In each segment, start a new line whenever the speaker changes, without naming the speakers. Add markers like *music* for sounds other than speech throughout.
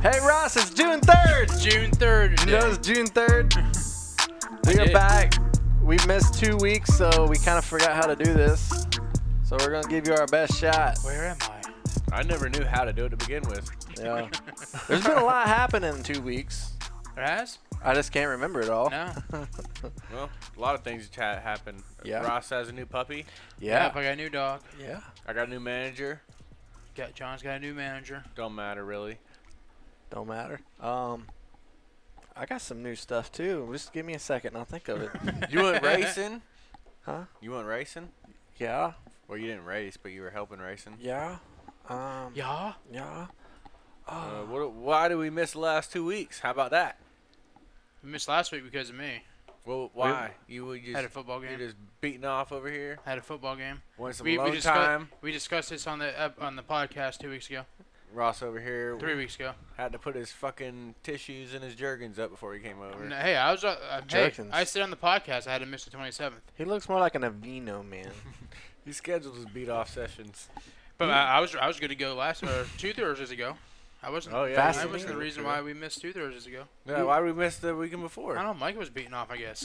Hey Ross, it's June 3rd.
June 3rd.
You know
today.
it's June
*laughs*
3rd. We are
did.
back. We missed two weeks, so we kind of forgot how to do this. So we're going to give you our best shot.
Where am I?
I never knew how to do it to begin with.
*laughs*
Yeah. There's been a lot happening in two weeks.
There has?
I just can't remember it all.
No.
Well, a lot of things ha- happened.
Yeah.
Ross has a new puppy.
Yep,
*laughs* Yeah.
I got a new dog.
Yeah.
I got a new manager.
Got John's got a new manager.
Don't matter really.
Don't matter. Um, I got some new stuff too. Just give me a second and I'll think
*laughs*
of it.
*laughs* You *laughs* went racing?
Huh?
You went racing?
yeah.
Well, you didn't race, but you were helping racing.
Yeah. Um, yeah. Oh,
Yeah.
Uh, what, why did we miss the last two weeks? How about that?
We missed last week because of me.
Well, why? You were
Had a
just
football
you're
game.
just beating off over here.
Had a football game.
Wanted some
We, we,
alone
discuss-
time.
we discussed this on the ep- on the podcast two weeks ago,
Ross over here
three weeks ago.
had to put his fucking tissues and his jergens up before he came over.
No, hey, I was. Uh, uh, hey,
Jerkins.
I said on the podcast I had to miss the 27th,
He looks more like an Avino man.
He scheduled his beat off sessions. Hmm.
but I, I was I was good to go last or two Thursdays ago. I wasn't.
Oh, yeah,
I
Fascinating.
wasn't the reason why we missed two Thursdays ago.
Yeah, why did we miss the weekend
I
before?
don't know. Mike was beating off, I guess. *laughs*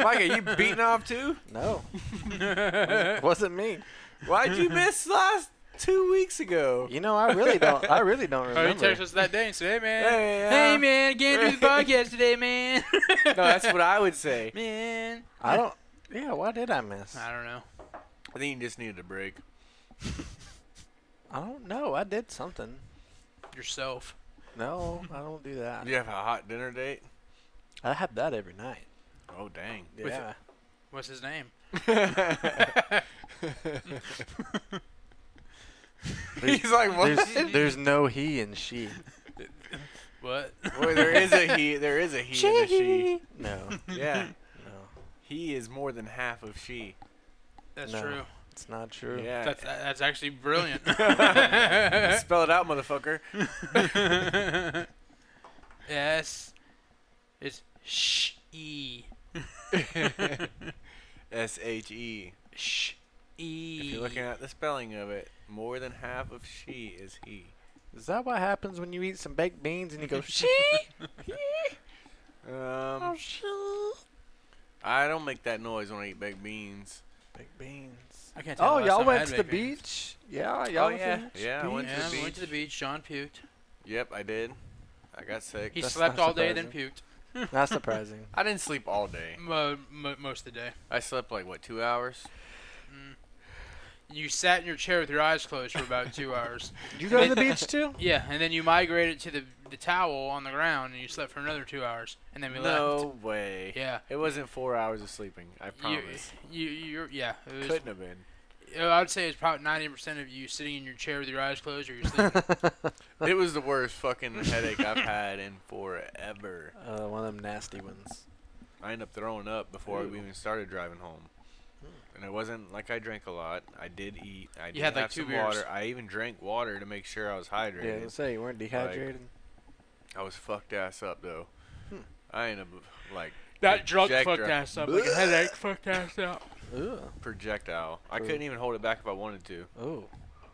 Mike, are you beating off too?
No. *laughs* Wasn't me.
Why'd *laughs* you miss last two weeks ago?
You know, I really don't. I really don't
Oh, he
remember.
texted us that day and said, "Hey man,
Hey, uh,
hey man, can't *laughs* do the podcast today, man." *laughs* no,
No, that's what I would say.
man.
I don't. Yeah, why did I miss?
I don't know.
*laughs* I think you just needed a break.
I don't know. I did something.
Yourself.
No, I don't do that.
You have a hot dinner date?
I have that every night.
Oh, dang.
With-
Yeah.
What's his name?
*laughs* He's like, what? *laughs*
There's, there's no he and *laughs* she.
What?
Boy, there
*laughs*
is a he. There is a he and a she.
No,
*laughs* Yeah.
No.
He is more than half of she.
That's
No.
true.
it's not true.
Yeah.
That's that- that's actually
*laughs*
brilliant. *laughs*
Spell it out, *laughs* motherfucker.
yes. It's sh e
S H E.
sh e.
If you're looking at the spelling of it, more than half of she is he.
Is that what happens when you eat some baked beans and you go she? oh,
Um, I don't make that noise when I eat baked beans.
Baked beans.
I can't tell
Oh,
the last
y'all
time I
went
had
to the
baked beans.
beach? Yeah, y'all.
Oh,
went to
yeah.
the beach?
Yeah, I went
Yeah,
to the
we went to the beach. John puked.
Yep, I did. I got sick.
He
That's
slept
not
all day, then puked.
Not surprising.
I didn't sleep all day.
Mo- mo- most of the day.
I slept like what two hours?
You sat in your chair with your eyes closed for about two *laughs* hours.
you go to the beach too?
*laughs* Yeah, and then you migrated to the the towel on the ground, and you slept for another two hours, and then we left.
No way.
Yeah.
It wasn't four hours of sleeping. I
You,
promise.
you, you're, yeah. It was,
Couldn't have been.
uh, I would say it's probably ninety percent of you sitting in your chair with your eyes closed, or *laughs* you're sleeping.
It was the worst fucking headache I've had in forever.
Uh, one of them nasty ones.
I ended up throwing up before
Ooh.
we even started driving home. And it wasn't like I drank a lot. I did eat. I did
had,
have
like, two
some
beers.
water. I even drank water to make sure I was
Yeah,
hydrated.
let's say you weren't dehydrated.
I was fucked ass up though.
Hmm.
I ended up like
that drunk
projector-
fucked ass up, like a headache fucked ass up.
Ooh,
projectile. I couldn't even hold it back if I wanted to.
ooh,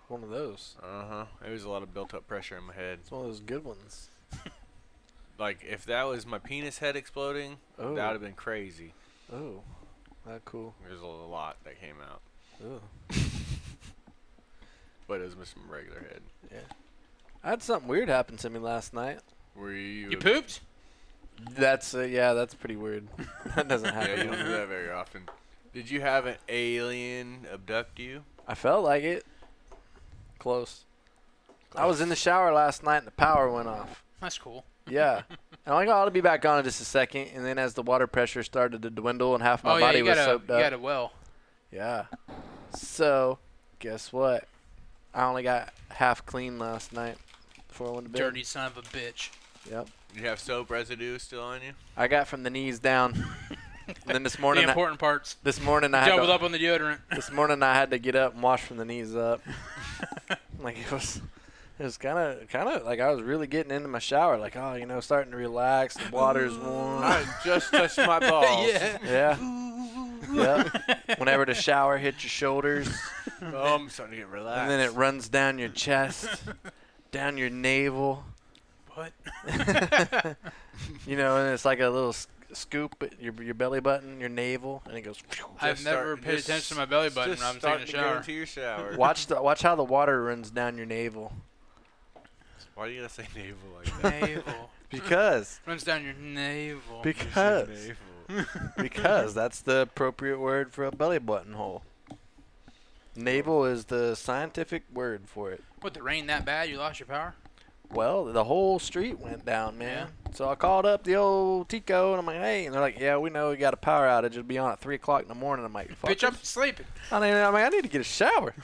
one of those.
Uh huh. It was a lot of built up pressure in my head.
It's one of those good ones.
Like if that was my penis head exploding,
Oh.
that would have been crazy.
Ooh, not cool.
There's a lot that came out,
Ooh.
but it was with some regular head.
I had something weird happen to me last night.
Were you?
You pooped?
That's uh, yeah, that's pretty weird. *laughs* that
*laughs*
doesn't
Yeah,
happen.
you don't do that very often. Did you have an alien abduct you?
I felt like it. Close. I was in the shower last night and the power went off.
That's cool.
Yeah. and I ought to be back on in just a second. And then as the water pressure started to dwindle and half my
oh yeah,
body
you
was
got a
soaked
you
up.
got a well.
Yeah. So, guess what? I only got half clean last night before I went to bed.
Dirty son of a bitch.
Yep.
Did you have soap residue still on you?
I got from the knees down. and *laughs* then this
The
morning, I,
important parts.
this morning I had
Doubled
to,
up on
*laughs*
the deodorant.
this morning I had to get up and wash from the knees up. *laughs* like it was, It was kind of, kind of like I was really getting into my shower, like oh, you know, starting to relax. The water's warm.
I just
*laughs*
touched my balls.
Mm. yeah.
yeah. Yep. Whenever the shower hits your shoulders,
Oh, I'm starting to get relaxed.
and then it runs down your chest, down your navel.
What?
*laughs* You know, and it's like a little s- scoop at your your belly button, your navel, and it goes.
I've
Just
never
starting-
paid
just-
attention to my belly button
just
when I'm taking a
starting to go
shower.
into your shower.
Watch the watch how the water runs down your navel
Why do you gotta say navel like that?
navel *laughs*
because
runs down your navel. *laughs*
Bec-
You said
Because.
navel.
because that's the appropriate word for a belly button hole. Navel is the scientific word for it.
what the rain that bad? You lost your power?
Well, the whole street went down, man. So I called up the old Tico and I'm like, hey, and they're like, yeah, we know we got a power outage. It'll be on at three o'clock in the morning. I'm like, Fuck.
Bitch, I'm sleeping.
I mean, I'm like, I need to get a
*laughs*
shower.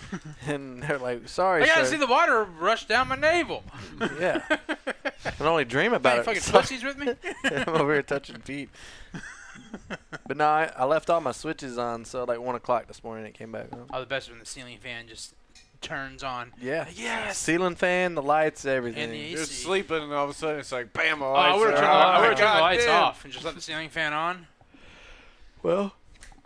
and they're like, sorry,
I gotta
sir.
see the water rush down my navel.
*laughs*
*laughs*
yeah, I can only dream about
Any
it. *laughs*
fucking
So-
pussies with me?
I'm over here touching
*laughs*
feet. But no, I, I left all my switches on, so like one o'clock this morning it came back on.
Oh, the best when the ceiling fan just turns on.
Yeah.
Yes.
Ceiling fan, the lights, everything.
And the
You're
See.
sleeping, and all of a sudden it's like, bam!
Oh, I would have
are
turned,
on.
I would've
Oh,
turned the lights off and just let the ceiling fan on.
well,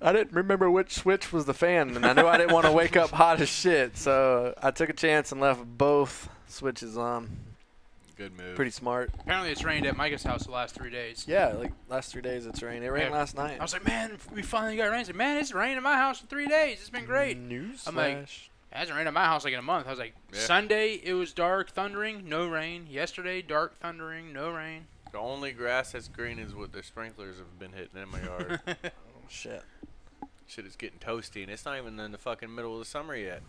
I didn't remember which switch was the fan, and I knew I didn't want to wake
*laughs*
up hot as shit, so I took a chance and left both switches on.
Good move.
Pretty smart.
Apparently, it's rained at Micah's house the last three days.
Yeah, like last three days it's rained. It rained
Yeah.
last
I
night.
was like, man, we finally got rain. He's like, man, it's rained at my house in three days. It's been great.
News.
I'm like-
flash.
It hasn't rained at my house like in a month. I was like,
Yeah.
Sunday it was dark, thundering, no rain. Yesterday, dark, thundering, no rain.
The only grass that's green is what the sprinklers have been hitting in my
*laughs*
yard.
oh, shit.
Shit is getting toasty, and it's not even in the fucking middle of the
*laughs*
summer yet.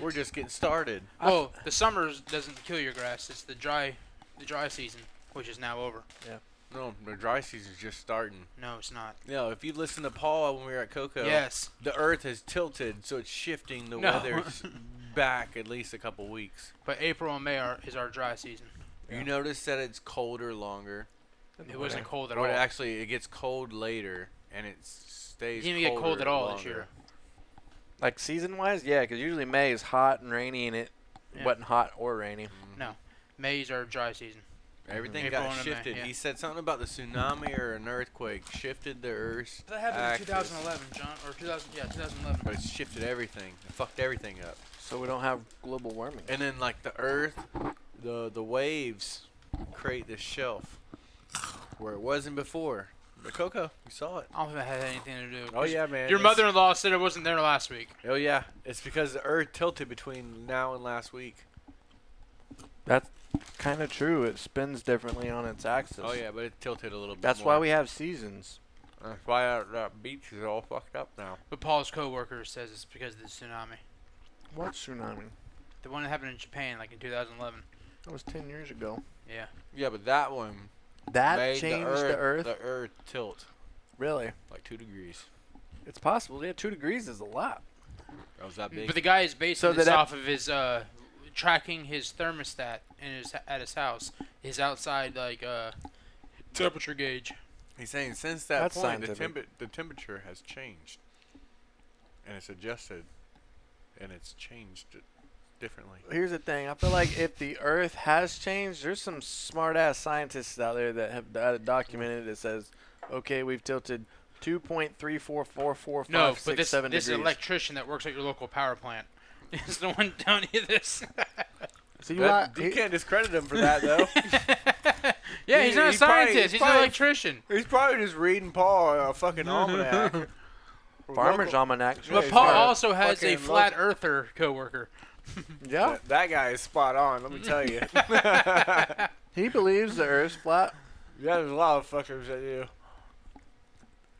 We're just getting started.
Oh, the summer doesn't kill your grass. It's the dry, the dry season, which is now over.
No, the dry season's just starting.
No, it's not.
You know, if you listen to Paul when we were at Coco,
Yes.
the Earth has tilted, so it's shifting the
No.
weather
*laughs*
back at least a couple weeks.
But April and May are, is our dry season.
Yeah.
You notice that it's colder longer.
It wasn't cold at all.
Or it actually, it gets cold later, and it stays.
It didn't even get cold
colder
at all
longer.
this year.
Like season wise, yeah, because usually May is hot and rainy, and it
Yeah.
wasn't hot or rainy.
May's our dry season.
Mm-hmm. Everything
April
got
and May,
shifted.
yeah.
He said something about the tsunami or an earthquake shifted the Earth.
That happened
axis,
in 2011, John, or 2000. Yeah, 2011.
But it shifted everything. It fucked everything up.
So we don't have global warming.
And then like the Earth, the the waves create this shelf where it wasn't before. But Coco, you saw it.
I don't think that had anything to do.
Oh yeah, man.
Your
It's-
mother-in-law said I wasn't there last week.
Oh yeah. It's because the Earth tilted between now and last week.
That's kind of true. It spins differently on its axis.
Oh yeah, but it tilted a little bit.
That's why we have seasons.
That's why our, our beach is all fucked up now.
But Paul's coworker says it's because of the tsunami.
What tsunami?
The one that happened in Japan, like in 2011.
That was 10 years ago.
Yeah.
Yeah, but that one
That
made
changed
the Earth,
earth.
The Earth tilt
Really?
like two degrees.
It's possible. Yeah, two degrees is a lot.
That was that big.
But the guy is basing
So
this
that-
off of his uh, tracking his thermostat in his at his house, his outside like uh, temperature gauge.
He's saying since that
That's
point, the,
scientific.
temp- the temperature has changed, and it's adjusted, and it's changed it differently.
Here's the thing. I feel like if the Earth has changed, there's some smart ass scientists out there that have that have documented it says, okay, we've tilted 2.344456
No, but this this
degrees.
electrician that works at your local power plant *laughs* is the one telling you
*laughs*
this. *laughs*
See,
That-
li-
you
he-
can't discredit him for that though.
yeah,
He-
he's not a
he probably-
scientist. he's an
probably-
electrician.
*laughs* He's probably just reading Paul a fucking almanac. *laughs* Or
Farmer's
local-
Almanac.
Yeah,
But
he's
Paul
not a
also has a
fucking
flat
local-
earther coworker.
Yeah.
That- That guy is spot on. Let me tell *laughs* you.
He believes the Earth's flat.
Yeah, there's a lot of fuckers that do.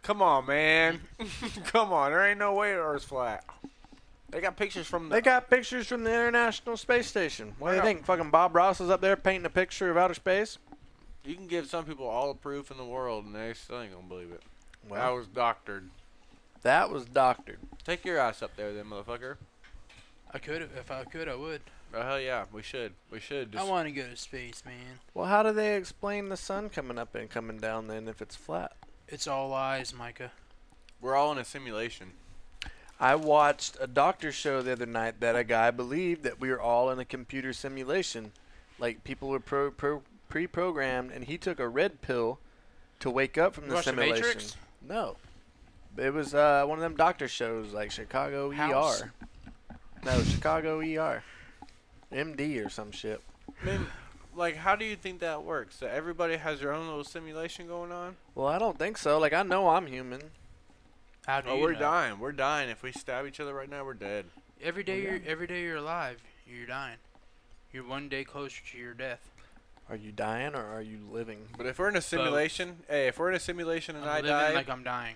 Come on, man. *laughs* Come on. There ain't no way the Earth's flat. They got pictures from the.
They got pictures from the International Space Station. What do you
Yeah.
think? Fucking Bob Ross is up there painting a picture of outer space?
you can give some people all the proof in the world, and they still ain't gonna believe it. I was doctored.
that was doctored.
Take your ass up there, then, motherfucker.
I could if I could, I would.
Oh hell yeah, we should. We should. Just,
I want to go to space, man.
Well, how do they explain the sun coming up and coming down then if it's flat?
It's all lies, Micah.
we're all in a simulation.
I watched a doctor show the other night that a guy believed that we were all in a computer simulation, like people were pro, pro, pre-programmed, and he took a red pill to wake up from
You
the
watched The
simulation.
Matrix?
No, it was uh, one of them doctor shows like Chicago
House?
ER. No, Chicago ER, MD or some shit.
Man, like, how do you think that works? That everybody has their own little simulation going on?
Well, I don't think so. Like I know I'm human.
How do
Oh,
you
we're
know?
dying. We're dying. If we stab each other right now, we're dead.
We're
Every
Oh,
day you're every day you're alive, you're dying. You're one day closer to your death.
Are you dying or are you living?
But if we're in a simulation, hey, if we're in a simulation and
I'm
i
living
die,
like I'm dying.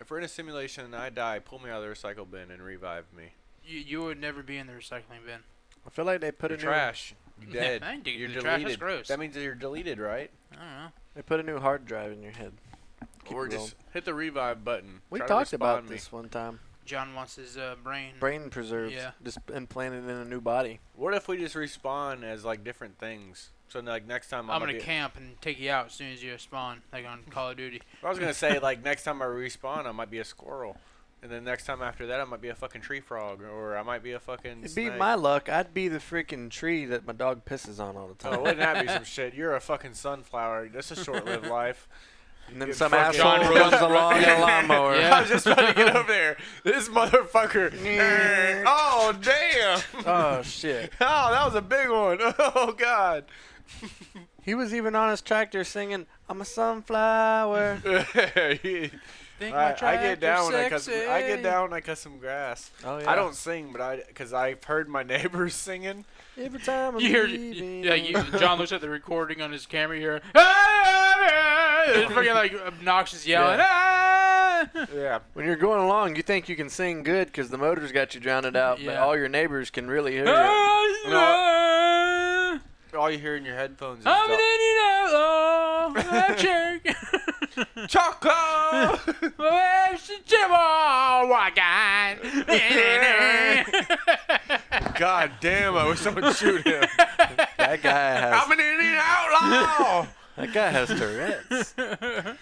if we're in a simulation and I die, pull me out of the recycle bin and revive me.
You, you would never be in the recycling bin.
I feel like they put
You're
a new
trash. You're dead.
I ain't digging
You're
through the trash.
deleted.
That's gross.
That means that you're deleted, right?
I don't know.
they put a new hard drive in your head. Keep
or
it rolling.
just hit the revive button.
We
Try to
talked about
respond me.
this one time.
John wants his uh, brain.
Brain preserved,
Yeah.
just implanted in a new body.
What if we just respawn as like different things? So like next time I'm,
I'm gonna
be-
camp and take you out as soon as you spawn, like on Call of Duty.
*laughs* I was gonna say like next time I respawn, I might be a squirrel, and then next time after that, I might be a fucking tree frog, or I might be a fucking.
It'd be
snake.
my luck. I'd be the freaking tree that my dog pisses on all the
*laughs* Oh,
time.
wouldn't that be some shit? You're a fucking sunflower. That's a
*laughs*
short-lived life.
and then
Get
some
fucking-
asshole
John
comes
Rose-
along
*laughs*
in a lawnmower.
Yeah.
I was just about to get over there.
*laughs*
This motherfucker. Eh. *laughs* oh damn! *laughs*
Oh shit!
Oh, that was a big one. *laughs* Oh god. *laughs*
He was even on his tractor singing, "I'm a sunflower."
Think my eh?
I, I get
tractor's
down when I cut. Some, I
sexy.
get down when I cut some grass.
Oh
I don't sing, but I because I've heard my *laughs* neighbors singing.
Every time I'm
You hear,
leaving,
yeah, you, John looks at the recording on his camera
*laughs*
"Ah, here. It's freaking ah," like obnoxious "Ah, yelling.
Yeah,
*laughs* When you're going along, you think you can sing good because the motor's got you drowned out, but
Yeah.
all your neighbors can really hear you.
*laughs* ah,
all you hear in your headphones is
I'm an
the-
Indian outlaw, I'm jerk.
choco.
*laughs* Well, it's a Jimbo *laughs* Wagon.
God damn! I wish someone would shoot him.
That guy
I'm
has
an Indian outlaw.
that guy has
*laughs*
Tourette's.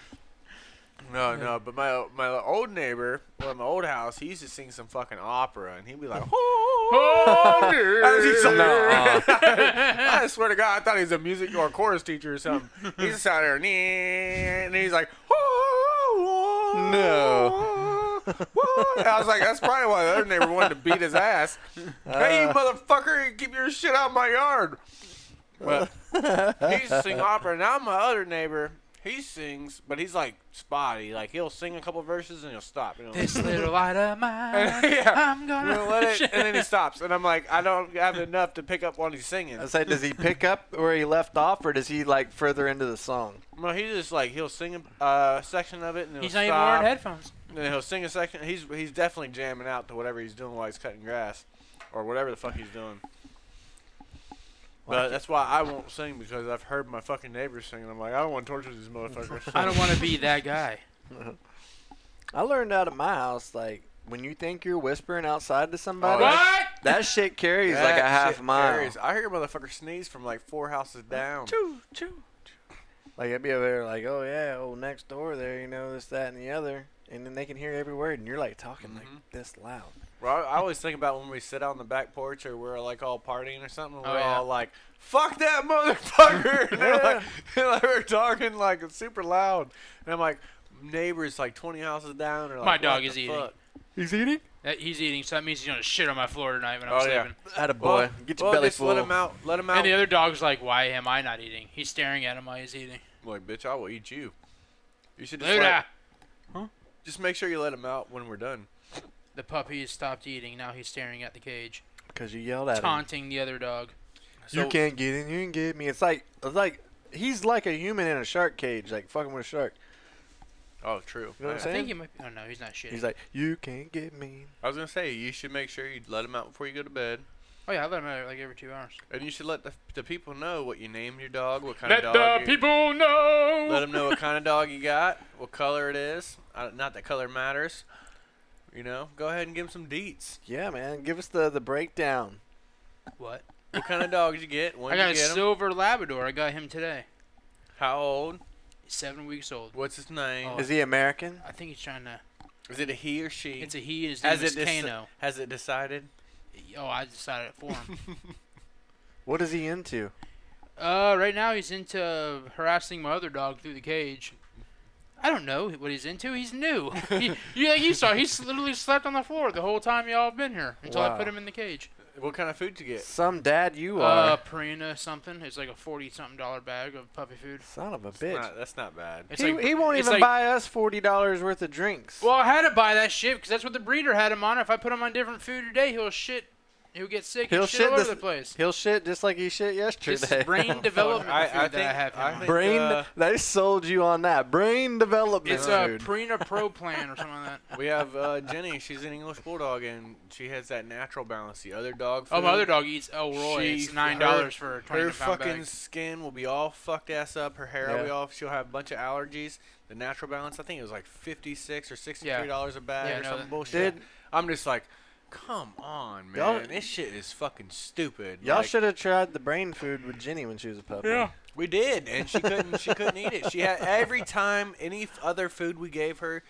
No, no, but my my old neighbor, well, my old house, he used to sing some fucking opera, and he'd be like, *laughs*
*laughs* Oh, dear.
As he sung-
Nuh-uh.
*laughs* I swear to God, I thought he was a music or chorus teacher or something. He's just out there, and he's like,
No.
And I was like, that's probably why the other neighbor wanted to beat his ass. hey, you
Uh.
motherfucker, keep your shit out of my yard. But he used to sing opera. Now my other neighbor, he sings, but he's like spotty. Like he'll sing a couple verses and he'll stop. You know?
This little light of mine,
Yeah.
I'm
You
gonna
know, let it, and then he stops, and I'm like, I don't have enough to pick up while he's singing.
*laughs* I say, does he pick up where he left off, or does he like further into the song?
No, he just like he'll sing a uh, section of it, and he'll
He's not
stop,
even wearing headphones.
and then he'll sing a section. He's he's definitely jamming out to whatever he's doing while he's cutting grass, or whatever the fuck he's doing. But that's why I won't sing because I've heard my fucking neighbors sing, and I'm like, I don't want to torture these motherfuckers.
*laughs* I don't want to be that *laughs* guy.
I learned out of my house, like when you think you're whispering outside to somebody,
Oh, yeah.
that shit carries like a
That
half
shit
mile.
carries. I hear a motherfucker sneeze from like four houses down.
Choo, choo.
Like I'd be over there, like, oh yeah, oh next door there, you know this, that, and the other, and then they can hear every word, and you're like talking
Mhm.
like this loud.
Well, I, I always think about when we sit out on the back porch or we're like all partying or something. We're
Oh, yeah.
all like, "Fuck that motherfucker!" *laughs* and they're like, like, we're talking like it's super loud, and I'm like, neighbors like 20 houses down. Or like,
My
"What
dog
the
is eating."
fuck?"
He's eating.
That, he's eating, so that means he's gonna shit on my floor tonight when I'm
Oh, yeah.
sleeping.
Had a boy.
Well,
Get your
well,
belly
just
full.
Let him out. Let him out.
And the other dog's like, "Why am I not eating?" He's staring at him while he's eating.
I'm like, bitch, I will eat you. You should just,
Luda,
like- just make sure you let him out when we're done.
the puppy has stopped eating. Now he's staring at the cage,
Because you yelled at him.
taunting the other dog.
you
So-
can't get in. You can get me. It's like it's like he's like a human in a shark cage, like fucking with a shark.
Oh, true.
You know what I'm
Yeah.
I
Sam?
think he might. Be, oh no, he's not shitting.
He's like, you can't get me.
I was gonna say you should make sure you let him out before you go to bed,
oh yeah, I let him out like every two hours.
and you should let the, the people know what you named your dog, what kind
Let
of
the
dog. you-
uh, people know.
Let
*laughs*
them know what kind of dog you got, what color it is. Uh, not that color matters. You know, go ahead and give them some deets.
Yeah, man. Give us the the breakdown.
What?
What
*laughs*
kind of dogs you get? When
I got
you
a
get 'em,
silver Labrador. I got him today.
How old?
Seven weeks old.
What's his name?
Oh.
Is he American?
I think he's trying to.
Is it a he or she?
It's a he and his name is
it deci-
Kano.
has it decided?
*laughs* Oh, I decided it for
*laughs*
him.
What is he into?
Uh, right now he's into harassing my other dog through the cage. I don't know what he's into.
*laughs*
He's new. he, you, like you saw, he's literally slept on the floor the whole time y'all have been here until I put
Wow.
him in the cage.
What kind of food to get?
Some dad you are.
Uh, Purina something. It's like a forty-something dollar bag of puppy food.
Son of a
That's
bitch.
not, that's not bad.
It's
He,
like,
he won't
it's
even
like-
buy us forty dollars worth of drinks.
Well, I had to buy that shit because that's what the breeder had him on. If I put him on different food today, he'll shit. He'll get sick.
He'll
and shit all
shit
over
this-
the
*laughs*
place.
He'll shit just like he shit yesterday.
This is
*laughs*
brain development
I- I
food that
think-
I have him
I
on.
think-
brain.
uh,
they sold you on that brain development
It's uh, a
food.
Purina Pro Plan or something like
*laughs*
that.
We have uh, Jenny. She's an English bulldog, and she has that natural balance. The other dog. Food,
Oh, my other dog eats Elroy.
She-
it's nine dollars for a
Her
twenty pound
fucking
bag.
skin will be all fucked ass up. Her hair will
Yeah.
be off. She'll have a bunch of allergies. The natural balance, I think it was like fifty-six or sixty-three dollars a bag
Yeah,
or
no,
some
that-
bullshit.
Did-
I'm just like, come on,
Y'all-
man. This shit is fucking stupid.
Y'all
Like,
should have tried the brain food with Jenny when she was a puppy.
We did, and she couldn't. she couldn't eat it. She had every time any f- other food we gave her,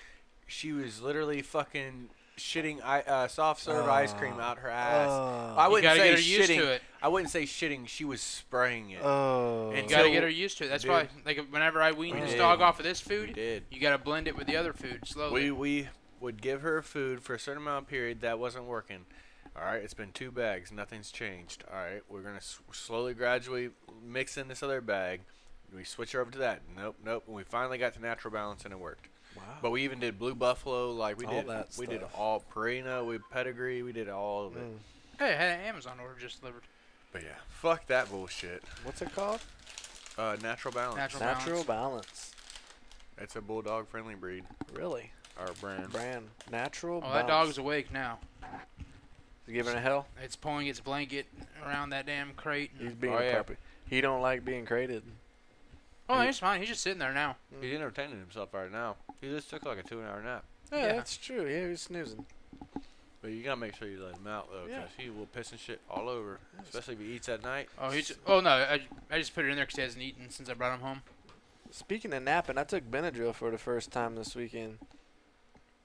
she was literally fucking shitting I, uh, soft serve ice cream
Oh.
out her ass.
Oh.
I
You
wouldn't
gotta
say
get her used
shitting.
to it.
I wouldn't say shitting. She was spraying it.
Oh.
And
You gotta
So-
get her used to it. That's
Dude.
why, like, whenever I wean
We
this
did.
dog off of this
we
food,
did.
you gotta blend it with the other food
We
slowly.
we would give her food for a certain amount of period that wasn't working. All right, it's been two bags. Nothing's changed. All right, we're gonna s- slowly, gradually mix in this other bag. We switch her over to that. Nope, nope. And we finally got to natural balance, and it worked. But we even did Blue Buffalo, like we
All
did.
that
we did
stuff.
all Purina, we pedigree, we did all of it.
Mm.
Hey, I had an Amazon order just delivered.
But yeah, fuck that bullshit.
What's it called?
Uh, natural balance.
Natural.
Natural balance.
It's a bulldog friendly breed.
Really?
Our brand.
Brand. Natural
Oh,
balance.
that dog's awake now.
He's giving it hell.
It's pulling its blanket around that damn crate. and-
He's being
Oh,
a
yeah.
puppy. He don't like being crated.
oh, he's fine. He's just sitting there now.
He's entertaining himself right now. He just took like a two hour nap.
Yeah,
Yeah.
that's true. Yeah, he was snoozing.
But you gotta make sure you let him out though, 'cause
Yeah.
he will piss and shit all over. Especially if he eats at night.
Oh, he's. Oh no, I, I just put it in there because he hasn't eaten since I brought him home.
Speaking of napping, I took Benadryl for the first time this weekend,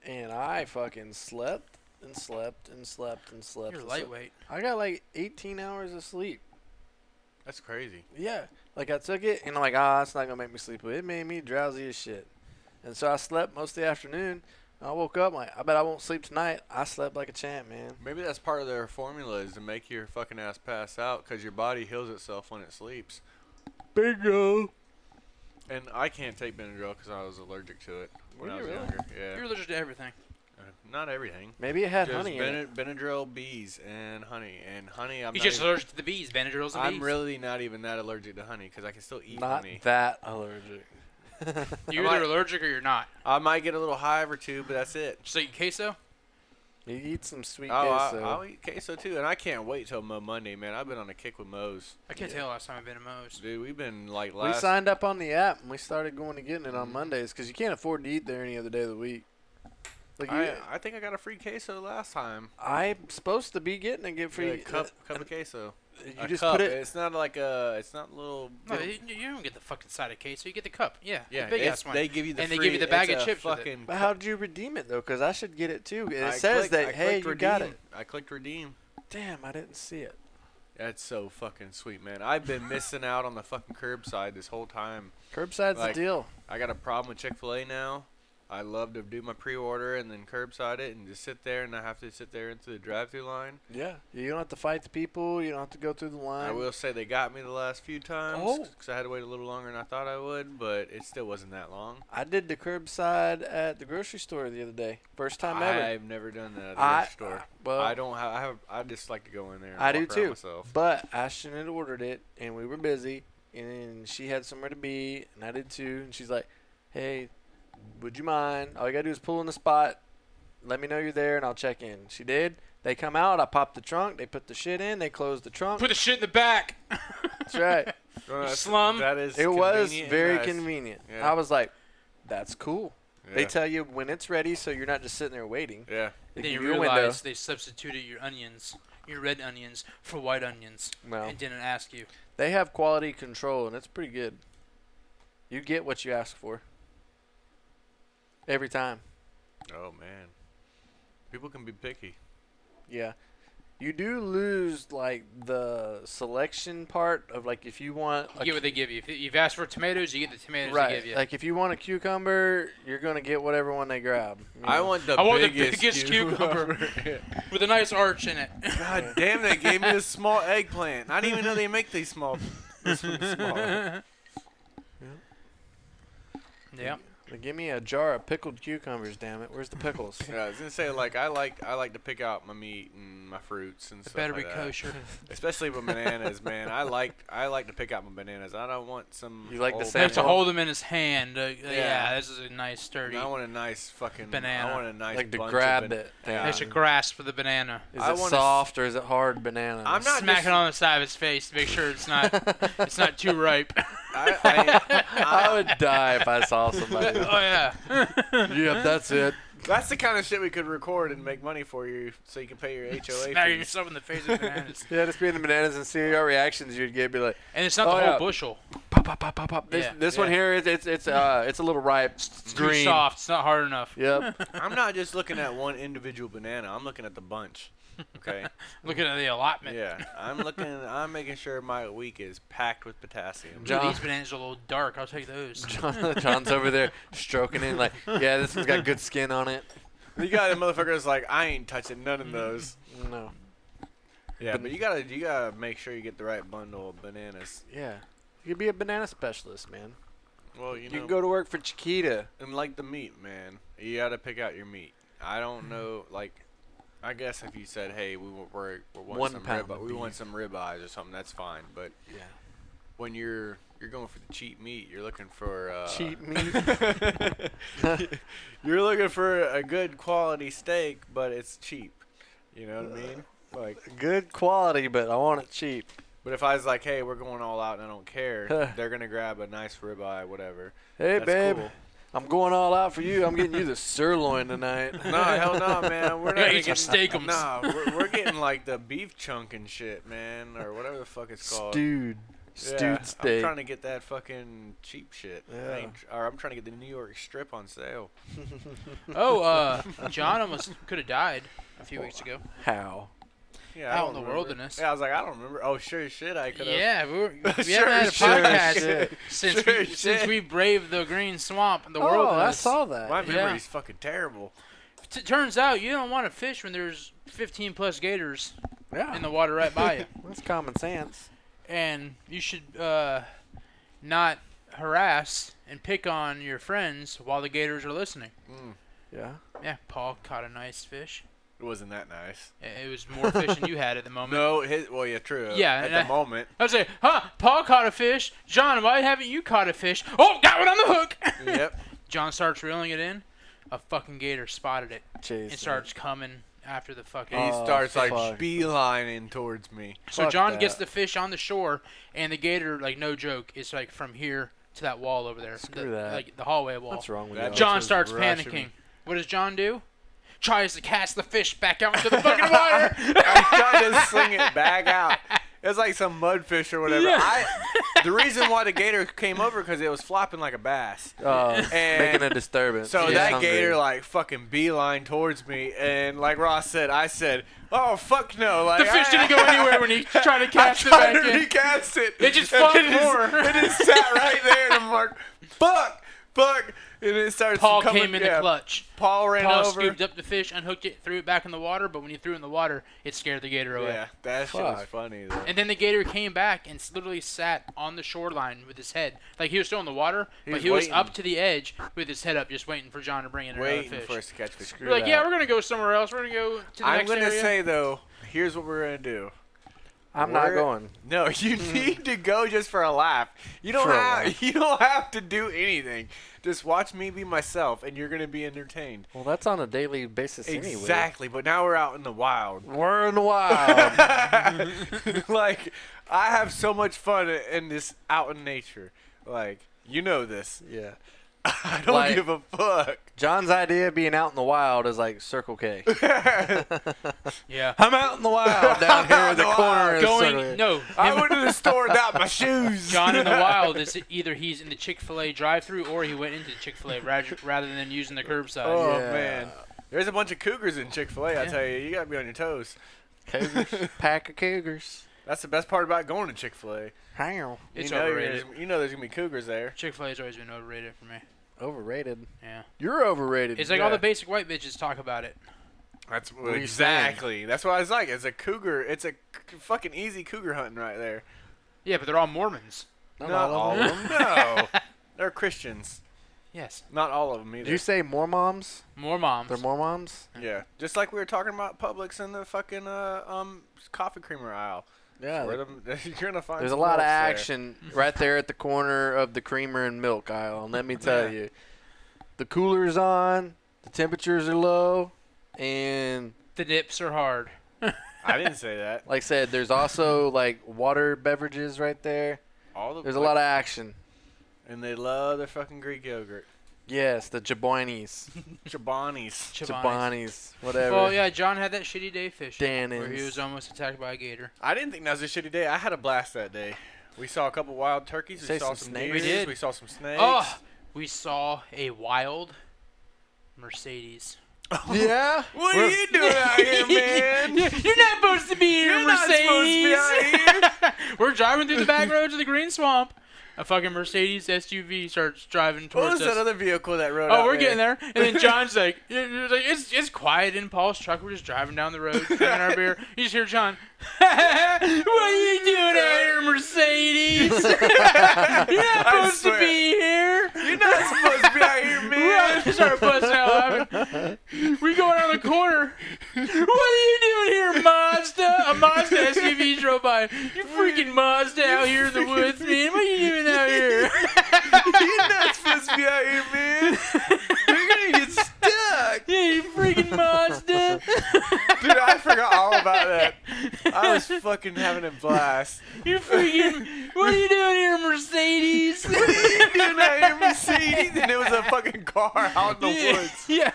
and I fucking slept and slept and slept and slept.
You're
and slept.
lightweight.
I got like 18 hours of sleep.
That's crazy.
Yeah, like I took it and I'm like, ah, it's not gonna make me sleep, but it made me drowsy as shit. And so I slept most of the afternoon. And I woke up I'm like, I bet I won't sleep tonight. I slept like a champ, man.
Maybe that's part of their formula is to make your fucking ass pass out, 'cause your body heals itself when it sleeps.
Bingo.
And I can't take Benadryl 'cause I was allergic to it when
Were
I
you
was
really?
younger. Yeah.
You're allergic to everything.
Uh, Not everything.
Maybe it had
Just
honey in it.
Benad- Benadryl bees and honey. And honey, I'm
He's
not
just
even,
allergic to the bees. Benadryl's the
I'm
bees.
really not even that allergic to honey because I can still eat
Not
honey.
that allergic. *laughs*
You're
*laughs* I'm
either
like-
allergic or you're not.
I might get a little hive or two, but that's it.
Just like queso.
You eat some sweet
Oh, I,
queso.
I'll eat queso too, and I can't wait till Mo Monday, man. I've been on a kick with Mo's,
I can't tell last time I've been to Moe's.
dude. We've been like
we
last.
signed up on the app and we started going to getting it on Mondays because you can't afford to eat there any other day of the week. Like you,
I, I think I got a free queso last time.
I, am supposed to be getting it get free. uh,
Yeah, cup, cup of queso.
you
A
just
cup. eh?
put it.
It's not like a. It's not little.
No, you, you don't get the fucking side of queso. You get the cup. Yeah.
yeah,
The big
it's-
ass one.
they give you the
And they give you
free-
the bag
it's
of
a
chips with it.
Fucking
But how did you redeem it though? Because I should get it too. It
I
says
clicked- I
that hey, you
clicked
got
redeem.
it.
I clicked redeem.
Damn, I didn't see it.
That's so fucking sweet, man. I've been missing out on the fucking curbside this whole time.
Curbside's
Like-
the deal.
I got a problem with Chick Fil A now. I love to do my pre-order and then curbside it and just sit there and I have to sit there into the drive-through line.
Yeah. You don't have to fight the people. You don't have to go through the line.
I will say they got me the last few times
Oh.
because I had to wait a little longer than I thought I would, but it still wasn't that long.
I did the curbside at the grocery store the other day. First time ever.
I've never done that at the
I-
grocery store.
Well,
I don't have. I have. I just like to go in there. And
I
walk
do
around
too.
Myself.
But I shouldn't have ordered it, and we were busy, and she had somewhere to be, and I did too. And she's like, "Hey, would you mind? All you gotta do is pull in the spot. Let me know you're there, and I'll check in." She did. They come out. I popped the trunk. They put the shit in. They closed the trunk.
*laughs*
Put the shit in the back.
That's right.
No, Uh, that's-
slum.
That is.
it was
convenient and
very
nice.
convenient.
Yeah.
I was like, "That's cool." They
Yeah.
tell you when it's ready, so you're not just sitting there waiting.
yeah.
They
then
give
you
you a window.
realize they substituted your onions, your red onions, for white onions,
No.
and didn't ask you.
They have quality control, and it's pretty good. You get what you ask for. Every time.
Oh man, people can be picky.
Yeah. You do lose like the selection part of like if you want
You
a
get what they give you. If you've asked for tomatoes, you get the tomatoes
right,
they give you.
like if you want a cucumber, you're gonna get whatever one they grab. you
I
know?
want the
I want the
biggest,
biggest
cucumber. *laughs*
With a nice arch in it.
God damn, they gave me a small eggplant. I didn't even know they make these small. This one's
*laughs*
small.
*laughs* yeah.
Like, give me a jar of pickled cucumbers, damn it. Where's the
*laughs*
pickles?
Yeah, I was gonna say like I like I like to pick out my meat and my fruits and
It
stuff
better be
like that.
kosher.
Especially with bananas, man. I like I like to pick out my bananas. I don't want some.
You like the
old-
They have to
Samuel.
hold him in his hand. Uh, yeah.
Yeah.
this is a nice, sturdy.
I want a nice fucking
Banana.
I want a nice
like to
bunch of
grab
ban-
it.
Yeah.
They should grasp for the banana.
Is
I
it
wanna s-
soft or is it hard banana?
I'm not *laughs*
Smack
just-
it on the side of his face to make sure it's not it's not too ripe.
*laughs* I, I,
*laughs* *laughs* I would die if I saw
*laughs* oh
*laughs*
somebody.
yeah.
yep, that's it.
that's the kind of shit we could record and make money for you, so you can pay your HOA.
*laughs* Smacking
fees.
yourself in the face
*laughs*
with bananas.
Yeah, just being the bananas and see our reactions you'd get. Be like,
And it's not
Oh,
the whole
yeah.
bushel.
pop, pop, pop, pop, pop. This,
Yeah.
this one
Yeah.
here, it's it's it's uh, it's a little ripe,
It's too
green.
soft. It's not hard enough.
Yep.
*laughs* I'm not just looking at one individual banana. I'm looking at the bunch. Okay.
Looking at the allotment.
Yeah. I'm looking. I'm making sure my week is packed with potassium.
Ooh,
John-
these bananas are a little dark. I'll take those.
*laughs* John, John's over there stroking it like, yeah, this one's got good skin on it.
You got a motherfucker that's like, I ain't touching none
*laughs*
of those.
No.
Yeah, but you gotta you gotta make sure you get the right bundle of bananas.
Yeah. You could be a banana specialist, man.
Well,
You,
you know,
can go to work for Chiquita.
and like the meat, man. You gotta pick out your meat. I
Mm-hmm.
don't know, like, I guess if you said, hey, we want we're, we want
One
some
pound
rib,
of
we want
beef.
some rib eyes or something, that's fine. But
Yeah.
when you're you're going for the cheap meat, you're looking for uh, *laughs*
Cheap meat.
you're looking for a good quality steak, but it's cheap. You know what I mean? Like,
good quality, but I want it cheap.
But if I was like, hey, we're going all out and I don't care, they're gonna grab a nice ribeye, whatever.
Hey,
That's
babe,
cool.
I'm going all out for you. I'm getting you the sirloin
*laughs*
tonight.
No, hell no,
*laughs*
man. We're
*laughs*
gotta
not
eat
even
some steakums.
getting Nah, we're, we're getting like the beef chunk and shit, man, or whatever the fuck it's called.
Stewed.
Yeah,
Stewed
I'm
steak.
trying to get that fucking cheap shit. I
Yeah.
ain't- or I'm trying to get the New York strip on sale.
Oh, uh, John almost could have died a few weeks ago.
How?
Yeah,
Out
I don't
in the
remember.
wilderness.
Yeah, I was like, I don't remember. Oh, sure, shit, I could have.
Yeah,
*laughs*
we, were, we haven't
Sure,
had a
sure,
podcast
sure.
since
*laughs* Sure,
we, since
shit.
we braved the green swamp and the
oh,
world.
I saw that.
My
Yeah.
memory's fucking terrible.
T- turns out you don't want to fish when there's 15 plus gators
yeah.
in the water right by
*laughs*
you,
That's common sense.
and you should uh, not harass and pick on your friends while the gators are listening.
Mm,
Yeah.
Yeah, Paul caught a nice fish.
it wasn't that nice.
It it was more fish than you had
*laughs*
at the moment.
No, his, well, yeah, true.
Yeah,
at
and
the
I-
moment.
I was like, huh, Paul caught a fish. John, why haven't you caught a fish? Oh, got one on the hook. *laughs*
*laughs*
yep.
John starts reeling it in. A fucking gator spotted it
Jeez.
and starts coming after the fucking.
And he
Oh,
starts like
fuck.
beelining towards me.
so
fuck
John gets
that.
the fish on the shore, and the gator, like no joke, is like from here to that wall over there,
Screw
the-
that.
like the hallway wall.
What's wrong with
That
y'all?
John
Just
starts
rushing.
panicking. What does John do? Tries to cast the fish back out into the fucking
*laughs*
water.
I'm trying to sling it back out. It's like some mudfish or whatever.
Yeah.
I, the reason why the gator came over because it was flopping like a bass.
Oh,
And-
making a disturbance.
So
He's
that
hungry.
gator like fucking beeline towards me, and like Ross said, I said, "Oh fuck no!" Like
the fish
I-
didn't go anywhere
*laughs*
when he tried to
I
cast it
tried
back
to
in.
recast it.
It just
and
flopped
it
more.
It just sat right
*laughs*
there, and I'm like, "Fuck, fuck!" And it starts.
Paul
coming,
came in
yeah,
the clutch.
Paul ran
Paul
over.
scooped up the fish, unhooked it, threw it back in the water. But when he threw it in the water, it scared the gator away.
Yeah, that shit was
Fuck.
funny. Though.
And then the gator came back and s- literally sat on the shoreline with his head. Like he was still in the water, but
was
he was
waiting.
up to the edge with his head up, just waiting for John to bring in another
Waiting
fish.
for us to catch fish.
we're like, yeah, we're gonna go somewhere else. We're gonna go to the
I'm
next
gonna
area.
say though, here's what we're gonna do.
I'm not
Where-
going.
No, *laughs* you need to go just for a laugh. You don't
For a
have
laugh.
*laughs* you don't have to do anything. Just watch me be myself, and you're gonna be entertained.
Well, that's on a daily basis anyway.
Exactly, but now we're out in the wild.
We're in the
*laughs*
wild.
like I have so much fun in this *laughs* out in nature. Like you know this.
yeah.
I don't
Like-
give a fuck. *laughs*
John's idea of being out in the wild is like Circle K.
*laughs*
Yeah.
I'm out in the wild down here in the
No,
corner. of Circle K.
Going no.
I
him-
*laughs* went to the store without my shoes.
John in the wild is either he's in the Chick Fil A drive-through or he went into Chick Fil A rather, rather than using the curbside.
*laughs* Oh
Yeah.
man, there's a bunch of cougars in Chick Fil A. I
Yeah.
tell you, you gotta be on your toes.
Cougars. Pack of cougars.
That's the best part about going to Chick Fil A.
How?
It's
you know you're-
overrated.
You know there's gonna be cougars there.
Chick Fil A's always been overrated for me.
Overrated.
Yeah.
You're overrated.
It's like all
Yeah.
the basic white bitches talk about it.
That's
are you saying?
exactly. That's what I was like. It's a cougar. It's a c- fucking easy cougar hunting right there.
Yeah, but they're all Mormons.
Not all of them.
*laughs* no, they're Christians.
Yes.
Not all of them either.
Did you say more moms?
More moms.
They're more moms?
yeah, just like we were talking about Publix and the fucking uh, um coffee creamer aisle.
Yeah.
Where them- *laughs* you're gonna find.
There's a
some
lot of
wolves there.
action right there at the corner of the creamer and milk aisle. And let me tell
Yeah.
you, the cooler's on, the temperatures are low, and
the dips are hard.
I didn't say that.
like I said, there's also like water beverages right there.
All the
There's a lot of action.
and they love their fucking Greek yogurt.
Yes, the
*laughs*
Jabonis,
Chobani's.
Chobani's.
Jabonis, whatever.
Well, yeah, John had that shitty day fishing where he
Dannins.
was almost attacked by a gator.
I didn't think that was a shitty day. I had a blast that day. We saw a couple wild turkeys. We
Say
saw
some
some
snakes.
deers.
We
We,
did.
saw some snakes.
Oh, we saw a wild Mercedes.
*laughs* Yeah?
What are
We're-
you doing out *laughs* here, man?
*laughs* You're not supposed to be here,
You're not supposed
Mercedes.
to be out
*laughs* We're driving through the back roads of the green swamp. A fucking Mercedes SUV starts driving
What was
towards
that
us.
other vehicle that rode?
Oh,
out
we're getting there. And
*laughs*
then John's like, it- it's like, it's it's quiet in Paul's truck. We're just driving down the road,
*laughs*
drinking our beer. You just hear John, *laughs* what are you doing out here, Mercedes? You're *laughs* not
I
supposed to
swear.
be here.
You're not supposed to be out here, man.
We start busting out laughing. We go around the corner. What are you doing here, Mazda? A Mazda SUV drove by. You freaking Mazda out here in the woods, man. What are you doing out here?
You're not supposed to be out here, man. *laughs* You're gonna get stuck,
Yeah, you freaking Mazda.
*laughs* dude. I forgot all about that. I was fucking having a *laughs* blast.
You freaking. What are you doing here, *laughs* Mercedes?
Dude, I hear *laughs* Mercedes, and it was a fucking car out in the
yeah.
woods.
yeah.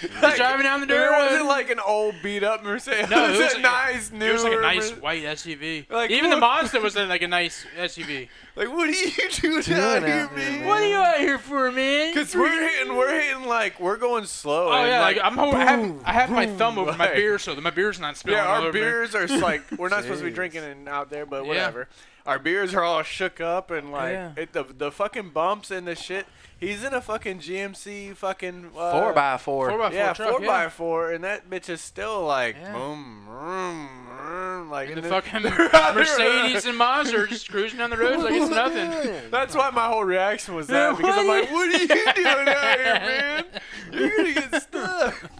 Just
Like,
driving down the dirt
It wasn't
road.
like an old beat up Mercedes.
No,
it was,
it was
a
like-
nice new.
it was like a nice
Mer-
white SUV.
Like,
Even the
look-
Mazda was in like a nice SUV.
Like, what are you *laughs* doing,
Doing
out here,
out here,
man?
What are you out here for, man?
Because we're hitting, we're hitting like we're going slow.
Oh
and,
yeah, like,
like,
I'm holding, I have,
boom,
I have my thumb over my
like-
beer, so that my beer's not spilling.
yeah,
all over
our
me. *laughs*
beers are like we're not supposed to be
Jeez.
drinking and out there,
Yeah.
but
Oh,
whatever. Our beers are all shook up and like
Yeah.
it, the the fucking bumps and the shit. He's in a fucking GMC fucking uh,
Four by four.
Four by four
yeah
truck.
four
yeah.
by four, and that bitch is still like
Yeah.
boom, vroom, vroom, like
And
and
the
then- *laughs*
fucking
out there.
Mercedes and Mazda are just cruising down the road
*laughs*
like it's nothing.
That's why my whole reaction was that
Yeah,
because
*laughs*
I'm
what
like, what are you doing out here,
*laughs*
man? You're gonna get stuck.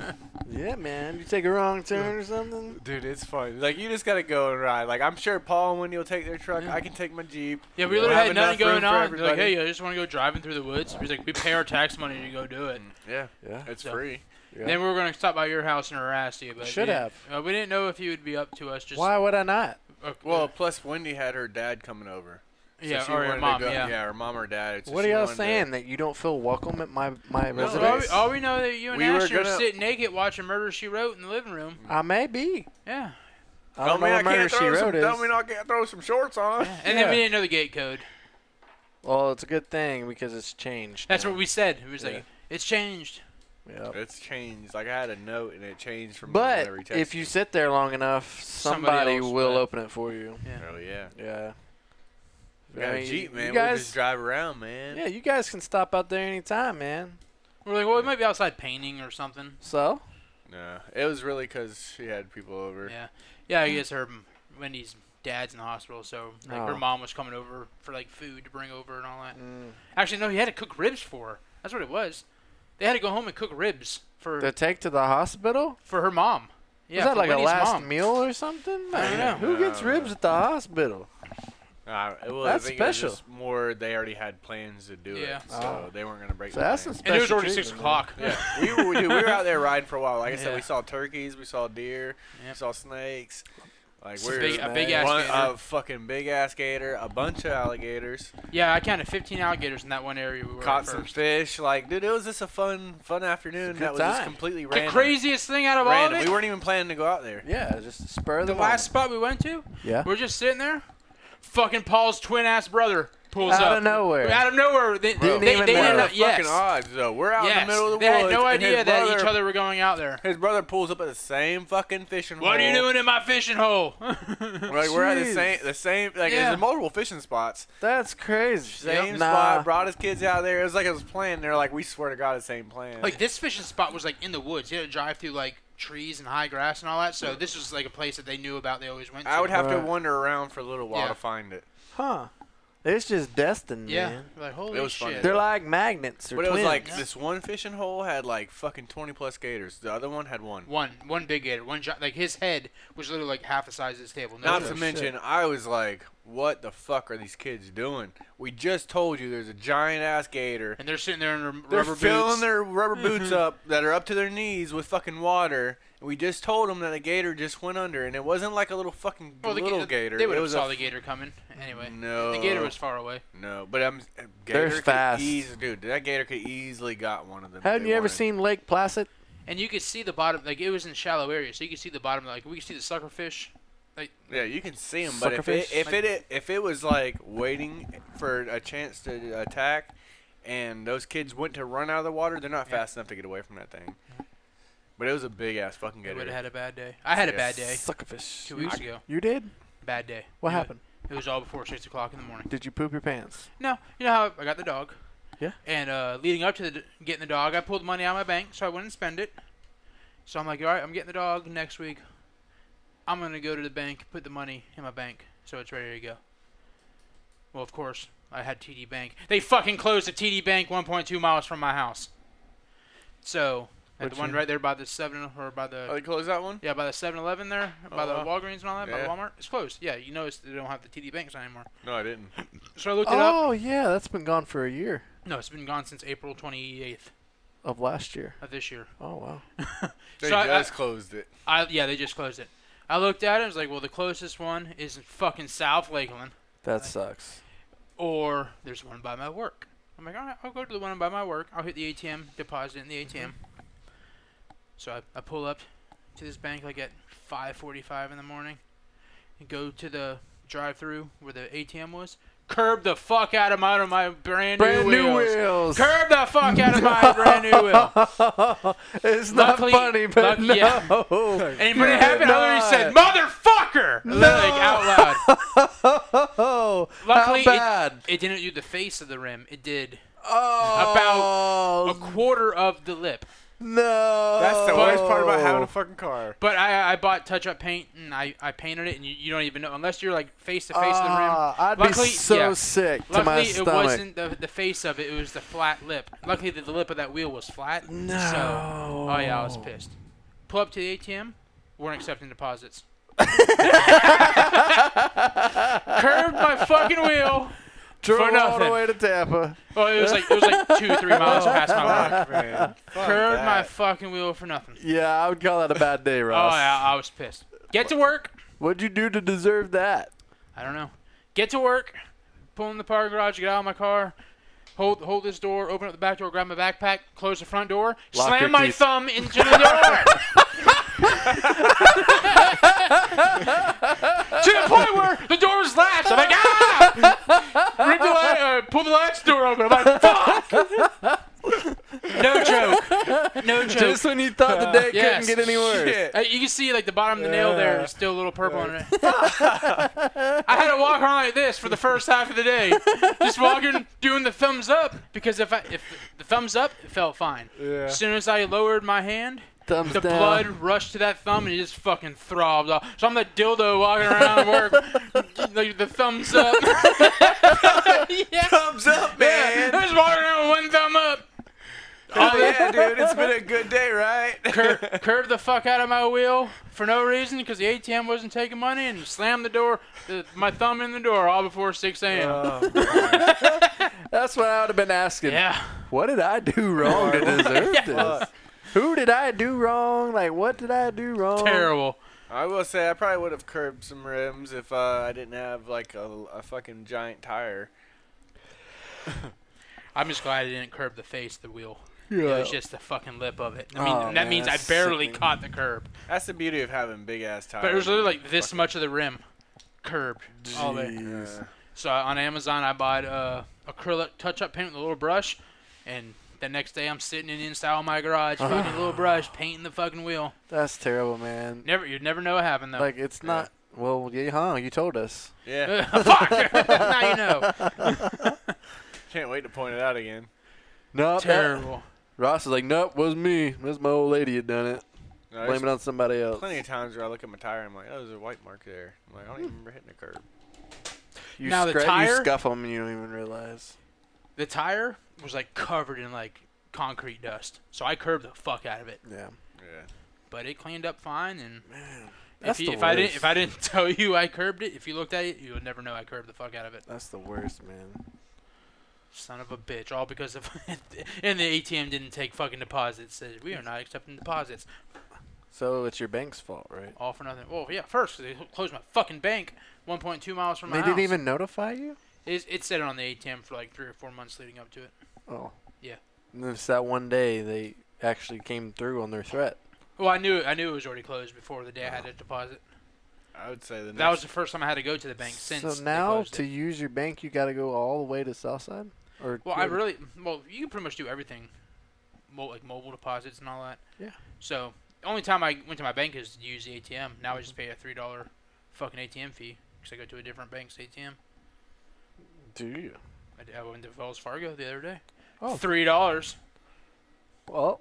Yeah, man. You take a wrong turn or something.
Dude, it's fun. Like you just gotta go and ride. Like I'm sure Paul and Wendy will take their truck.
Yeah.
I can take my jeep.
Yeah, we
We'll
literally
have
had
enough
nothing going
room for
on. They're like,
everybody.
hey, I just want to go driving through the woods. He's like, we pay our tax money to go do it.
yeah,
Yeah.
it's
So-
free.
Yeah.
Then we were going to stop by your house and harass you, but
Should
we didn't- Uh, we didn't know if you would be up to us. Just
Why would I not?
uh,
Well, plus Wendy had her dad coming over. So
yeah,
she
or your
wanted to
mom,
go-
yeah.
her mom or dad. so
what are
she
y'all
wanted to-
saying? That you don't feel welcome at my my
Well,
No,
all, we,
residence?
all we know that you and
We were
Ashley were
gonna-
sitting naked watching Murder She Wrote in the living room.
I may be.
Mm.
Yeah.
I don't know
mean I
what murder
can't
she
throw some.
wrote is.
Don't mean I can't throw some shorts on.
And then we
Yeah.
didn't know the gate code.
Well, it's a good thing because it's changed.
That's
now.
what we said. It was
Yeah.
like, it's changed.
Yep.
It's changed. Like I had a note and it changed from
But
whenever he texted
if you sit there long enough,
Somebody
somebody
else
will
will.
open it for you.
me. Oh yeah.
Yeah.
We got
I
a
mean,
jeep, man.
You
we
guys,
just drive around, man.
yeah, you guys can stop out there anytime, man.
We're like, well, we might be outside painting or something.
So
No, it was really because she had people over.
Yeah, yeah.
Mm.
I guess her Wendy's dad's in the hospital, so like her
Oh.
mom was coming over for like food to bring over and all that.
mm,
Actually, no, he had to cook ribs for her. That's what it was. They had to go home and cook ribs for
the take to the hospital.
for her mom. Yeah,
Is that
for
like
Wendy's
a last
mom.
meal or something?
I don't know.
Who gets
No.
ribs at the hospital?
Uh, well,
That's
I think it was
special.
just more they already had plans to do
Yeah.
it, so
Oh.
they weren't gonna break.
So
the
that's some
bank.
special.
And it was already six
treatment, man.
o'clock.
yeah. *laughs* we, were, we, dude, we were out there riding for a while. Like I
Yeah.
said, we saw turkeys, we saw deer, we
Yep.
saw snakes. Like
It's a
we're
big- a big ass
one-
gator.
a fucking big ass gator, a bunch of alligators,
Yeah, I counted 15 alligators in that one area we were
caught
at
some
first.
fish. Like, dude, it was just a fun, fun afternoon.
good
That was just
time.
completely
The
random.
craziest thing out of all
random.
of it.
We weren't even planning to go out there.
Yeah, just spur of
the
the,
last spot we went to.
moment. Yeah.
We're just sitting there. Fucking Paul's twin ass brother pulls
Out
up
of nowhere.
Out of nowhere. They,
Didn't
they,
even
they
know.
didn't
What
know.
are
the
Yes.
fucking odds, though. We're out
yes.
in the middle of the
they
woods.
had no
and his
idea that each
brother-
other were going out
*laughs*
there.
His brother pulls up at the same fucking fishing hole.
What are you doing in my fishing
*laughs*
hole?
Like we're at the
Jeez.
same, the same. Like
Yeah.
there's multiple fishing spots.
That's crazy.
Same
Nah.
spot. Brought his kids out there. It was like it was planned. They're like, we swear to God, it's same plan.
like this fishing spot was like in the woods. You had to drive through like trees and high grass and all that. So this was like a place that they knew about. They always went. to.
I would have to
Right.
wander around for a little while
Yeah.
to find it.
Huh. It's just destined,
Yeah.
man.
Like holy
It was fun.
shit.
They're like magnets or
But it
twins.
was like
Yeah.
this one fishing hole had like fucking 20 plus gators. The other one had one.
one, one big gator, one giant. Like his head was literally like half the size of this table. No
Not
joke.
to
shit.
mention, I was like, what the fuck are these kids doing? We just told you there's a giant ass gator.
and they're sitting there in their
They're
rubber
filling
boots.
their
*laughs*
rubber boots up that are up to their knees with fucking water. And we just told them that a gator just went under, and it wasn't like a little fucking
Well, the
little
ga-
gator.
They would
it
have
was
saw
a
the gator coming anyway.
No.
the gator was far away.
No, but I'm a
They're
gator could
fast.
eas- dude. That gator could easily got one of them. if
Haven't
they
you ever
wanted.
seen Lake Placid?
And you could see the bottom. Like it was in a shallow area, so you could see the bottom. Like we could see the suckerfish.
Yeah, you can see them, but if
Suckerfish?
it, if it if it was like waiting for a chance to attack, and those kids went to run out of the water, they're not
Yeah.
fast enough to get away from that thing. But it was a big ass fucking
They
gator.
would have had a bad day. I had a
Yeah.
bad day
Suckerfish.
two weeks
You-
ago.
You did?
Bad day.
What
It wa-
happened?
it was all before six o'clock in the morning.
Did you poop your pants?
No, you know how I got the dog.
Yeah.
And uh, leading up to the, d- getting the dog, I pulled money out of my bank, so I wouldn't spend it. So I'm like, all right, I'm getting the dog next week. I'm gonna go to the bank, put the money in my bank, so it's ready to go. Well, of course, I had TD Bank. They fucking closed the TD Bank 1.2 miles from my house. So at
Which
the one
one?
right there by the seven or by the
Oh, you close that one?
yeah, by the 7-Eleven there, by
Oh,
the
wow.
Walgreens and all that, by
Yeah.
the Walmart, it's closed. Yeah, you notice they don't have the TD banks anymore.
No,
*laughs*
I didn't.
So I looked it up.
Oh, yeah. That's been gone for a year
No, it's been gone since April 28th
of last year.
of this year.
Oh, wow.
They
So I-
just closed it.
I yeah, they just closed it. I looked at it. I was like, well, the closest one is in fucking South Lakeland,
That sucks.
or there's one by my work. I'm like, all right, I'll go to the one by my work. I'll hit the ATM, deposit it in the ATM.
Mm-hmm.
So I, I pull up to this bank like at 5:45 in the morning, and go to the drive-through where the ATM was. Curb the fuck out of my out of my brand,
Brand
new,
new
wheels.
wheels. *laughs*
Curb the fuck out of my brand new wheel.
it's not
Luckily-
funny, but
luck- yeah.
no.
And when it happened, I literally said,
No.
"Motherfucker!" Like out loud.
*laughs* Oh, *laughs*
Luckily,
how bad?
It, it didn't do the face of the rim. It did
oh,
a quarter of the lip.
no.
That's the worst part about having a fucking car.
But I, I bought touch-up paint and I, I painted it, and you, you don't even know unless you're like face to face of the rim.
Ah, I'd
Luckily-
be so
yeah.
sick to my
Luckily, it
stomach.
wasn't the, the face of it; it was the flat lip. Luckily, the, the lip of that wheel was flat.
no.
So, oh yeah, I was pissed. Pull up to the ATM. Weren't
*laughs*
accepting deposits. *laughs* Curved my fucking wheel.
Drove all the
nothing.
way to Tampa.
Well, it was like it was like two, three miles past my work.
*laughs* *laughs* Fuck, man. Fuck
Curved my
that.
fucking wheel for nothing.
Yeah, I would call that a bad day, Ross.
*laughs* Oh, yeah, I was pissed. Get to work.
What'd you do to deserve that?
I don't know. Get to work. Pull in the parking garage. Get out of my car. Hold hold this door. Open up the back door. Grab my backpack. Close the front door.
Lock your
slam my
keys.
thumb into the
*laughs*
door. to the point where the door was latched. I'm like, ah! Rip the latch, uh, pull the latch door open. I'm like, fuck! no joke. No joke.
Just when you thought
*laughs*
the day
yes.
couldn't get any worse.
Shit.
Uh, you can see like the bottom of the nail there
Yeah.
is still a little purple on it. *laughs* I had to walk around like this for the first half of the day, just walking, doing the thumbs up because if I if the thumbs up it felt fine.
Yeah.
As soon as I lowered my hand,
Thumbs
the
down.
blood rushed to that thumb and it just fucking throbbed off. So I'm the dildo walking around work, *laughs* like the thumbs up. *laughs* yeah.
Thumbs up,
*laughs*
man.
I'm just walking around with one thumb up.
Oh yeah, dude. It's been a good day, right?
Cur- *laughs* curve the fuck out of my wheel for no reason because the ATM wasn't taking money and slam the door, the, my thumb in the door all before 6 a.m.
Uh,
*laughs* Oh,
That's what I would have been asking.
yeah.
What did I do wrong
*laughs*
to deserve
Yeah.
this? Who did I do wrong? Like, what did I do wrong?
Terrible.
I will say I probably would have curbed some rims if uh, I didn't have like a, a fucking giant tire.
I'm just glad I didn't curb the face of the wheel. It was just the fucking lip of it. I mean,
Oh,
that
man,
means I
that's
barely
sickening.
caught the curb.
That's the beauty of having big ass tires.
But it was literally like this
Fucking-
much of the rim curbed. All the
Jeez.
Uh,
So on Amazon, I bought uh, acrylic touch-up paint with a little brush, and the next day I'm sitting in install my garage, fucking
Uh-huh.
little brush, painting the fucking wheel.
That's terrible, man.
Never, you'd never know what happened though.
Like it's not. Well, yeah, huh? You told
*laughs*
us. *laughs*
yeah,
Fuck! now you know.
can't wait to point it out again.
No,
Terrible.
Ross is like, nope, was me. It was my old lady had done it.
No,
Blame it on somebody else.
Plenty of times where I look at my tire and I'm like, oh, there's a white mark there. I'm like, I don't even remember hitting a curb.
You,
Now the
scra- you
tire-
scuff them and you don't even realize.
The tire was like covered in like concrete dust, so I curbed the fuck out of it.
Yeah.
Yeah.
But it cleaned up fine, and
That's
if, you,
the
if I didn't,
worst.
if I didn't *laughs* tell you I curbed it, if you looked at it, you would never know I curbed the fuck out of it.
That's the worst, man.
Son of a bitch! All because of *laughs* and the ATM didn't take fucking deposits. Says we are not accepting deposits.
So it's your bank's fault, right?
All for nothing. Well, yeah, first 'cause they closed my fucking bank, 1.2 miles from my
they
house.
didn't even notify you.
It, it said it on the ATM for like three or four months leading up to it.
Oh.
Yeah.
And it's that one day they actually came through on their threat.
Well, I knew I knew it was already closed before the day I had to deposit.
I would say the next
That was the first time I had to go to the bank since.
so
they
now
closed
to
it.
use your bank, you got to go all the way to Southside. Or
well, I
go-
really well you can pretty much do everything, Mo- like mobile deposits and all that.
Yeah.
So only time I went to my bank is to use the ATM. Now I just pay a three dollar fucking ATM fee because I go to a different bank's ATM.
do you?
I, d- I went to Wells Fargo the other day.
Oh.
Three dollars.
Well,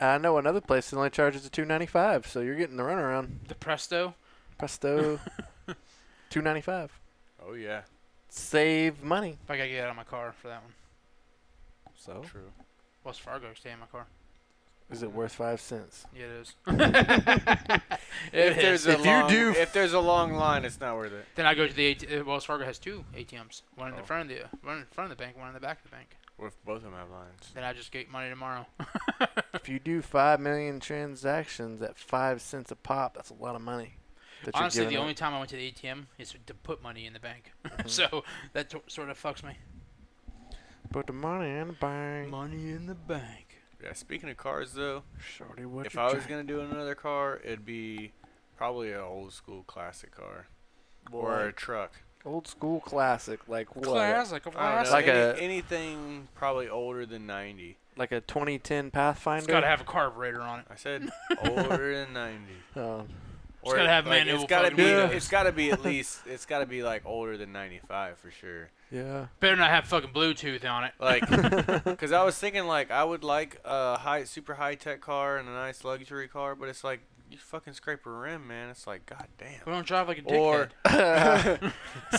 I know another place that only charges a two ninety five, so you're getting the runaround.
The Presto.
Presto,
*laughs*
two ninety five.
Oh, yeah.
Save money.
If I gotta get out of my car for that one.
So
True.
Wells Fargo stay in my car.
is it worth five cents?
Yeah, it is. *laughs* It
If
is.
there's a
If you
long,
do-
if there's a long line, it's not worth it.
Then I go to the AT- uh, Wells Fargo has two ATMs, one in
Oh.
the front of the one in front of the bank, one in the back of the bank.
What if both of them have lines?
Then I just get money tomorrow.
If you do five million transactions at five cents a pop, that's a lot of money. that you're
Honestly, the
giving up.
only time I went to the ATM is to put money in the bank,
Mm-hmm.
so that t- sort of fucks me.
Put the money in the bank.
Money in the bank.
Yeah. Speaking of cars, though,
Shorty, what
if
you
I was
drink?
gonna do another car, it'd be probably an old school classic car or a
Like
truck.
old school classic, like what?
of
I don't know,
Like
any-
a-
anything probably older than 90.
Like a 2010
It's gotta
Pathfinder.
have a carburetor on it. *laughs*
I said older than 90.
Um,
It's gotta have manual
It's gotta
fucking
be.
windows.
It's gotta be
*laughs*
at least. It's gotta be like older than 95 for sure.
yeah.
Better not have fucking Bluetooth on it. *laughs*
Like, because I was thinking like I would like a high, super high tech car and a nice luxury car, but it's like you fucking scrape a rim, man. It's like goddamn.
We don't drive like a dickhead.
Or-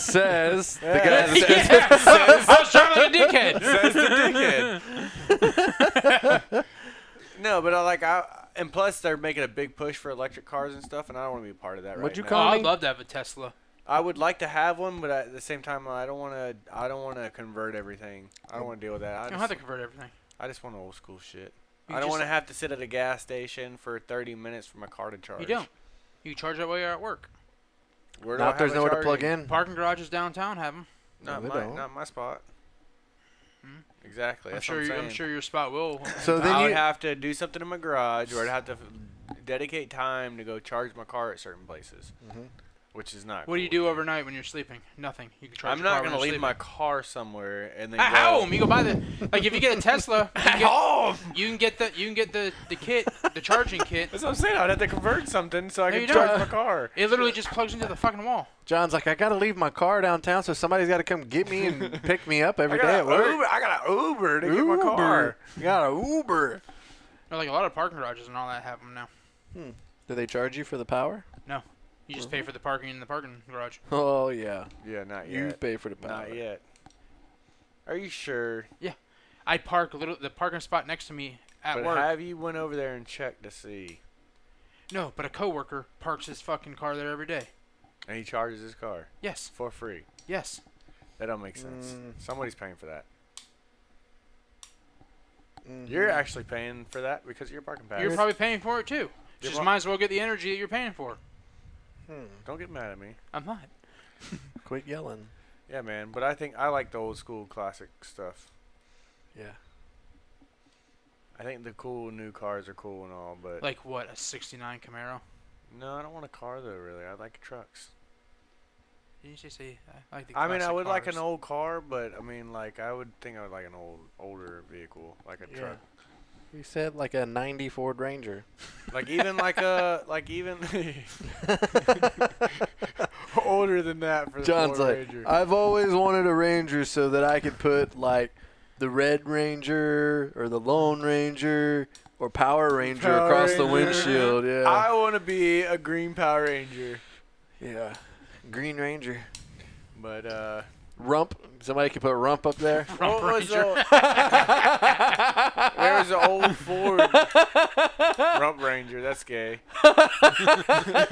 *laughs*
says the guy
Yeah.
that says,
*laughs*
yeah, I was driving like a dickhead.
Says the
*laughs*
dickhead. *laughs* no, but I like I. And plus, they're making a big push for electric cars and stuff, and I don't want to be a part of that.
Would
right
you
now.
Oh,
call-
I'd love to have a Tesla.
I would like to have one, but at the same time, I don't want to. I don't want to convert everything. I don't want to deal with that. I
You don't have
just,
to convert everything.
I just want old school shit.
You
I don't
just-
want to have to sit at a gas station for 30 minutes for my car to charge.
You don't. You charge that way you're at work.
Where do I
Not if there's
have a
nowhere to plug
charging?
in.
Parking garages downtown have them.
Not
No, they
my,
don't.
not my spot.
Hmm?
Exactly.
I'm
that's
sure.
What I'm,
you,
saying.
I'm sure your spot will.
So
I
then
would
you
have to do something in my garage, or I'd have to f- dedicate time to go charge my car at certain places,
Mhm.
which is not.
Mm-hmm. What do you
cool.
do overnight when you're sleeping? Nothing. You can charge.
I'm
your
not
car
gonna
when
leave
you're
my car somewhere and
sleeping.
then. go,
At home, you go buy the like. If you get a
*laughs*
Tesla, you can
home.
get, you can get the you can get the the kit, the charging kit.
That's what I'm saying. I'd have to convert something so I
No,
can
you
charge
don't.
my car.
It literally just plugs into the fucking wall.
John's like, I gotta leave my car downtown, so somebody's gotta come get me and pick me up every
I
day
got
at work.
Uber, I got an Uber to get my car.
You got a Uber.
Now, Like a lot of parking garages and all that have them now.
Do they charge you for the power?
You just
Mm-hmm.
pay for the parking in the parking garage.
*laughs* Oh yeah,
Yeah, not
you
yet.
pay for the power.
Not yet. Are you sure?
I park a little the parking spot next to me at
but
work.
have you went over there and checked to see?
no, but a coworker parks his fucking car there every day.
And he charges his car
Yes,
for free.
yes.
That don't make sense.
Mm.
Somebody's paying for that.
Mhm.
You're actually paying for that because of your parking pass.
You're probably paying for it too.
Your
Just
par-
might as well get the energy that you're paying for.
Hmm.
Don't get mad at me.
I'm not.
Quit yelling.
Yeah, man. But I think I like the old school classic stuff.
Yeah.
I think the cool new cars are cool and all, but
Like what? A '69 Camaro?
no, I don't want a car though. Really, I like trucks.
You should say I like the.
I mean, I
classic
would like
cars. *laughs*
an old car, but I mean, like I would think I would like an old older vehicle, like a
Yeah.
truck,
You said like a 90 Ford Ranger.
like even
*laughs*
like a like even *laughs* older than that for the
John's
Ford
like,
Ranger.
I've always wanted a Ranger so that I could put like the Red Ranger or the Lone Ranger or Power Ranger
Power
across the
Ranger.
windshield. Yeah.
I want to be a green Power Ranger,
yeah. Green Ranger.
but uh,
Rump. Somebody could put Rump up
*laughs*
there. *laughs*
Rump
what was
Ranger. *laughs*
the- There was an old Ford Rump Ranger. That's gay.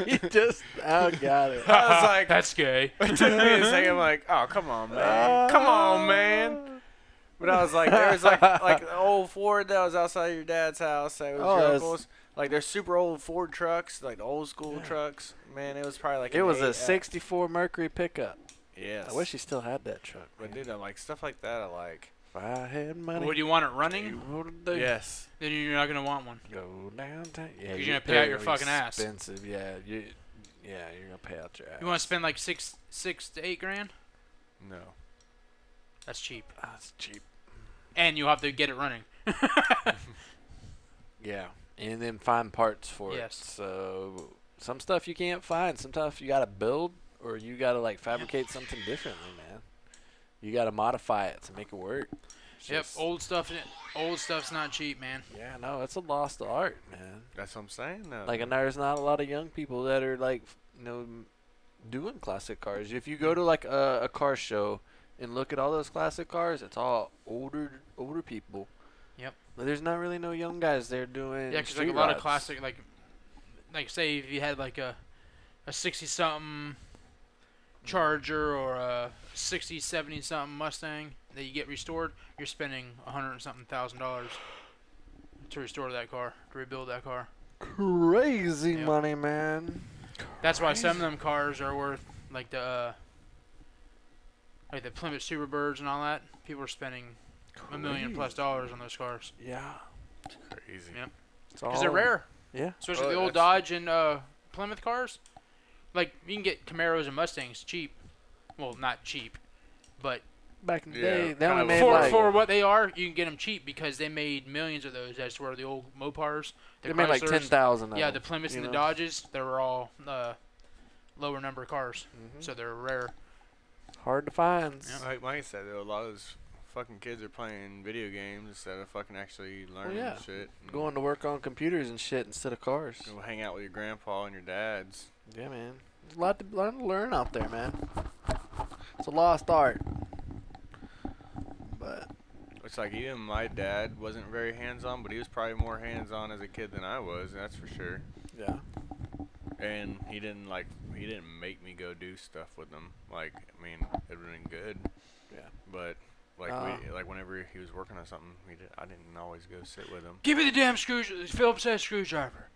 he just oh got it.
I was like,
That's *laughs* gay.
It took me a second. I'm like, oh, come on, man. Come on, man. But I was like, there was like like the old Ford that was outside your dad's house that was
Oh,
your
that's-
uncle's. Like they're super old Ford trucks, like the old school trucks. Man, it was probably like
It
an
was a
eight- uh,
'64 Mercury pickup.
Yes.
I wish he still had that truck.
But
man.
dude, I'm like stuff like that. I like.
If I had money,
Would you want it running?
what would I do?
Yes.
Then you're not gonna want one.
Go downtown. Yeah,
'Cause you're
you-
gonna pay out
they're gonna
your
be
fucking ass.
Expensive, yeah. You, yeah, you're gonna pay out your ass.
You want to spend like six, six to eight grand?
No.
That's cheap.
That's Ah, cheap.
And you have to get it running.
Yeah, and then find parts for
Yes.
it. So some stuff you can't find. Some stuff you gotta build or you gotta like fabricate something differently, man. You gotta modify it to make it work. It's
Yep.
just-
Old stuff. eh, Old stuff's not cheap, man.
Yeah, no, it's a lost art, man.
That's what I'm saying. Though.
Like, and there's not a lot of young people that are like, f- you know, m- doing classic cars. If you go to like a, a car show and look at all those classic cars, it's all older older people.
Yep.
Like, there's not really no young guys there doing.
Yeah, because like
street
a lot of
rides.
classic, like, like say if you had like a, a sixty something Charger or a 60, 70 something Mustang that you get restored, you're spending a hundred and something thousand dollars to restore that car, to rebuild that car.
crazy
Yeah.
money, man.
That's why some of them cars are worth like the uh, like the Plymouth Superbirds and all that. People are spending a million plus dollars on those cars
Yeah,
crazy.
Yeah.
it's
because they're
all-
rare,
Oh. Yeah,
especially
Oh,
the old
that's-
Dodge and uh, Plymouth cars. Like you can get Camaros and Mustangs cheap. Well, not cheap, but
back in the
Yeah,
day, they
kinda
only
was-
made
for
like
for what they are, you can get them cheap because they made millions of those. That's where the old Mopars, the
they made like ten
Chryslers,
thousand.
Yeah, the Plymouths
you
and the
know?
Dodges, they were all uh, lower number cars,
Mm-hmm.
Mhm.
so they're rare.
Mm-hmm. hard to find.
Like Mike said, though, a lot of those fucking kids are playing video games instead of fucking actually learning
yeah.
shit. and
Going to work on computers and shit instead of cars.
Go hang out with your grandpa and your dads.
Yeah, man. There's a lot to learn, to learn out there, man. It's a lost art. But
It's like even my dad wasn't very hands on, but he was probably more hands on as a kid than I was, that's for sure.
yeah,
And he didn't like he didn't make me go do stuff with him. Like I mean, it would have been good.
Yeah.
But like we,
Uh.
like whenever he was working on something, he did, I didn't always go sit with him.
Give me the damn screw. Phillips head screwdriver.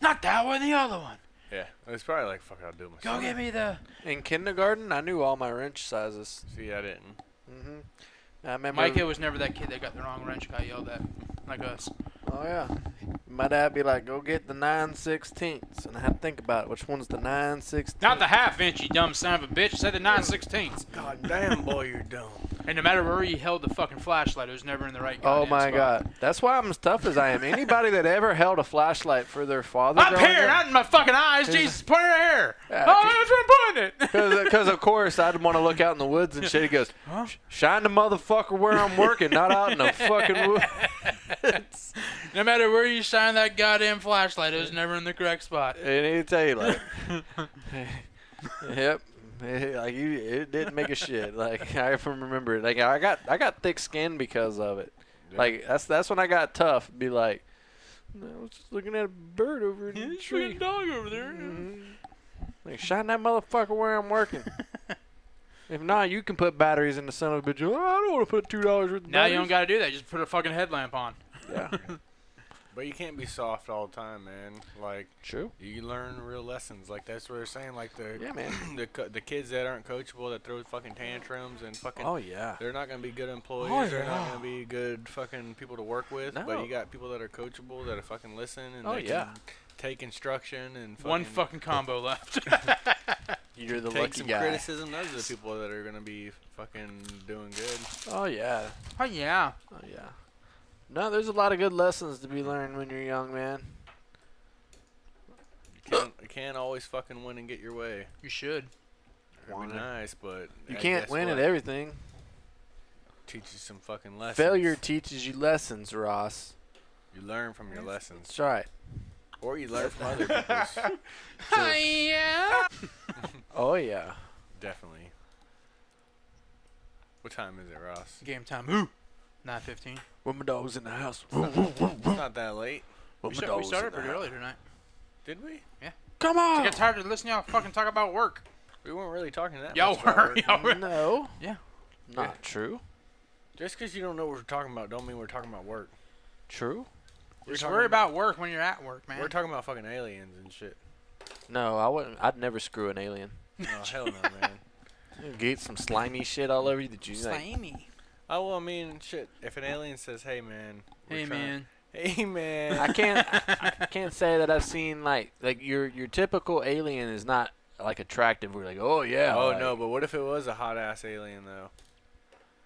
Not that one, the other one.
Yeah. It's probably like fuck, I'll do it myself.
Go get me the.
in kindergarten, I knew all my wrench sizes.
See, I didn't.
hmm I remember.
Micah was never that kid that got the wrong wrench, got yelled at, like us.
Oh yeah, my dad be like, "Go get the nine sixteenths," and I had to think about it. Which one's the nine sixteenths?
Not the half inch, you dumb son of a bitch. Said the nine sixteenths.
God damn, boy, you're dumb.
And no matter where you held the fucking flashlight, it was never in the right.
Oh
goddamn
my
spot.
god, that's why I'm as tough as I am. Anybody that ever held a flashlight for their father,
Up here, not in my fucking eyes.
Here's-
Jesus, point it right here.
Yeah,
oh,
okay.
that's
*laughs*
where I'm pointing it.
because of course I'd want to look out in the woods and shit. He goes,
Huh?
"Shine the motherfucker where I'm working, not out in the fucking woods."
No matter where you shine that goddamn flashlight, it was never in the correct spot.
And he'd tell you like, *laughs* yep, *laughs* like you, it didn't make a shit. Like *laughs* I can remember it. Like I got, I got thick skin because of it.
Yeah.
Like that's that's when I got tough. Be like, I was just looking at a bird over in
*laughs*
the
There's a
tree.
freaking dog over there.
Mhm. Like shine that motherfucker where I'm
*laughs*
working. if not, you can put batteries in the son of a bitch. Oh, I don't want to put two dollars worth. Of
Now you
batteries."
*laughs* don't gotta do that. Just put a fucking headlamp on.
Yeah.
But you can't be soft all the time, man. Like
True.
you learn real lessons. Like that's what they're saying. Like the
Yeah, man.
*clears throat* the co- the kids that aren't coachable that throw fucking tantrums and fucking
Oh yeah.
they're not gonna be good employees.
Oh,
They're not
yeah.
gonna be good fucking people to work with. But
No.
you got people that are coachable that are fucking listen and
Oh,
they
yeah.
can take instruction and fucking
One fucking combo left.
*laughs*
*laughs*
You're the
take
lucky
some
guy.
criticism. Those are the people that are gonna be fucking doing good.
Oh yeah.
oh yeah.
Oh yeah. No, there's a lot of good lessons to be learned when you're young, man.
You can't,
*coughs*
you can't always fucking win and get your way.
You should.
It'd
Wanna.
be nice, but
You
I
can't
guess
win
what?
at everything.
Teaches some fucking lessons.
Failure teaches you lessons, Ross.
You learn from your lessons,
That's right.
or you learn from other people's.
yeah.
Oh yeah.
Definitely. What time is it,
*laughs*
Ross?
Game time. Ooh. Nine fifteen.
When my dog's in the house.
It's not that late,
When
We,
my
start, we
dog's
started
in the
pretty
house.
early tonight.
did we?
Come
I
on.
got tired of listening to *laughs* y'all fucking talk about work.
We weren't really talking that
Y'all
much. about
were.
work.
Y'all were.
No.
Yeah.
Not true.
Just because you don't know what we're talking about, don't mean we're talking about work.
True.
We're
Just
talking
worry about work when you're at work, man.
We're talking about fucking aliens
*laughs*
and shit.
No, I wouldn't. I'd never screw an alien.
Oh hell no, man.
Get some slimy shit all over you that you like.
Slimy.
Oh well, I mean, shit. If an alien says, "Hey man," we're
Hey
trying-
man.
*laughs* hey man,
I can't. I, I can't say that I've seen like like your your typical alien is not like attractive. We're like, oh yeah.
Oh
like-
no, but what if it was a hot ass alien though?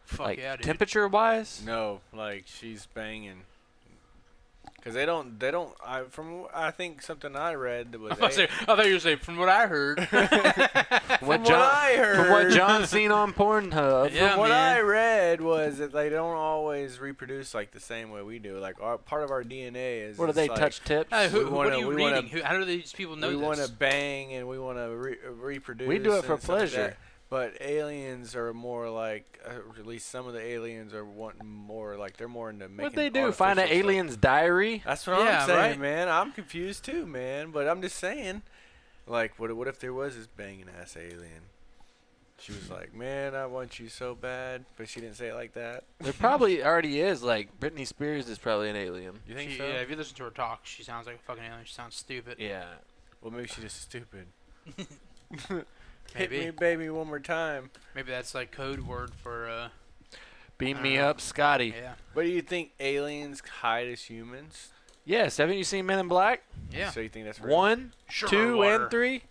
Fuck
Like
yeah, dude.
temperature wise.
No, like she's banging. Cause they don't, they don't. I from wh- I think something I read that was.
*laughs* I, was
a-
like- I thought you were saying from what I
*laughs*
heard. *laughs*
What
from
John,
what I heard,
from what John seen on
*laughs*
Pornhub.
Yeah,
from what
man.
I read was that they don't always reproduce like the same way we do. Like our, part of our DNA is.
What do
it's
they
like,
touch tips?
Hey, who,
We
what
wanna-
are you
we
reading?
wanna-
who, how do these people know
we
this?
want to bang and we want to re- uh, reproduce.
We do it for
and stuff like
pleasure.
that. but aliens are more like, uh, or at least some of the aliens are wanting more. Like they're more into making.
What they do? Find an
artificial stuff.
alien's diary.
That's what
Yeah,
I'm saying,
right.
man. I'm confused too, man. But I'm just saying, like, what what if there was this banging ass alien? She was like, "Man, I want you so bad," but she didn't say it like that.
There probably already is. Like Britney Spears is probably an alien.
You think
she,
so?
Yeah, if you listen to her talk, she sounds like a fucking alien. She sounds stupid.
Yeah.
Well, maybe she's just stupid. Hit
Maybe.
me, baby, one more time.
Maybe that's like code word for uh,
Beam me
Uh-huh.
Uh,
up, Scotty.
yeah,
But do you think aliens hide as humans?
Yes. Haven't you seen Men in Black?
yeah.
So you think that's real?
One,
Sure,
two,
water.
and three.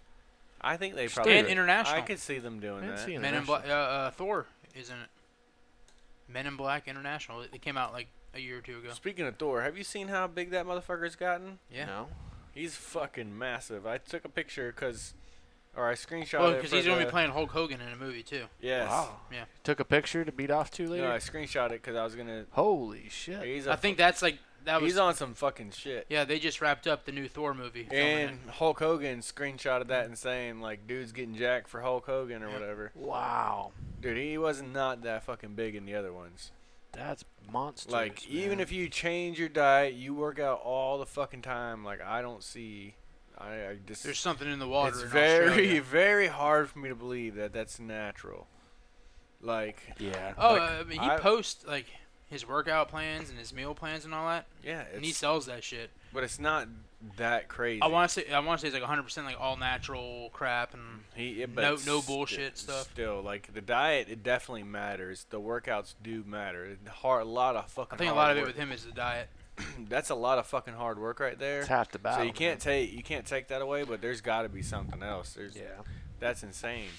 I think they
Still
probably.
And
international.
I could see them doing
I didn't
that.
see
Men in
International.
Black, uh, uh, Thor, isn't it? Men in Black International. It it came out like a year or two ago.
Speaking of Thor, have you seen how big that motherfucker's gotten?
Yeah.
No.
He's fucking massive. I took a picture because, or I screenshot
Well,
it.
because
for
he's gonna
the-
be playing Hulk Hogan in a movie too.
Yes.
Wow.
Yeah.
Took a picture to beat off to later.
No, I screenshot it because I was gonna.
Holy shit.
He's a
I think that's like that was.
he's on some fucking shit.
yeah, they just wrapped up the new Thor movie. filming
And
it.
Hulk Hogan screenshotted that and saying like, "Dude's getting jacked for Hulk Hogan or
Yeah.
whatever."
Wow.
Dude, he was not that fucking big in the other ones.
That's monster.
Like, even if you change your diet, you work out all the fucking time. Like, I don't see. I, I just.
there's something in the water.
it's
in
very,
Australia.
*laughs* very hard for me to believe that that's natural. Like,
Yeah.
Oh,
like,
uh, I mean, he
I-
posts like his workout plans and his meal plans and all that,
yeah,
and he
it's,
sells that shit.
but it's not that crazy.
I want to say I want to say it's like 100 percent like all natural crap and
He, it-
No-
but
no
sti-
bullshit stuff.
Still, like the diet, it definitely matters. The workouts do matter. It- Hard, a lot of fucking.
I think a
hard
lot of it with
work.
him is the diet.
*clears throat* That's a lot of fucking hard work right there.
It's half the battle.
so you can't take you can't take that away, but there's got to be something else. There's,
Man. Yeah.
that's insane.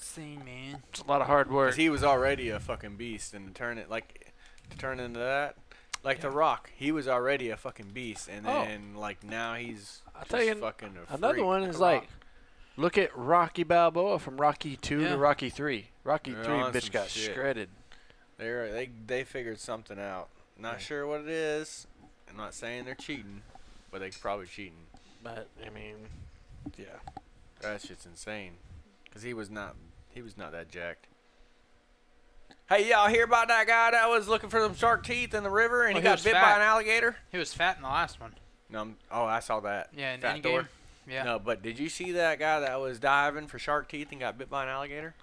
Same man.
It's a lot of hard work.
'Cause he was already a fucking beast, and to turn it like to turn into that, like The Rock, he was already a fucking beast, and
Oh.
then like now he's
I'll
just
tell you an-
fucking a
Another
freak.
one is
The Rock.
like, look at Rocky Balboa from Rocky Two
Yeah.
to Rocky Three. Rocky
They're
Three,
on
bitch
some
got
shit.
shredded.
They are- they they figured something out. Not
Yeah.
sure what it is. I'm not saying they're cheating, but they probably cheating.
But I mean, yeah.
That shit's insane. Cause he was not he was not that jacked. Hey y'all hear about that guy that was looking for some shark teeth in the river and
Well,
Oh, he
he
got
was
bit by
fat.
an alligator?
He was fat in the last one.
No, I'm- oh I saw that.
Yeah, in
Fat
Endgame.
Thor.
Yeah.
No, but did you see that guy that was diving for shark teeth and got bit by an alligator?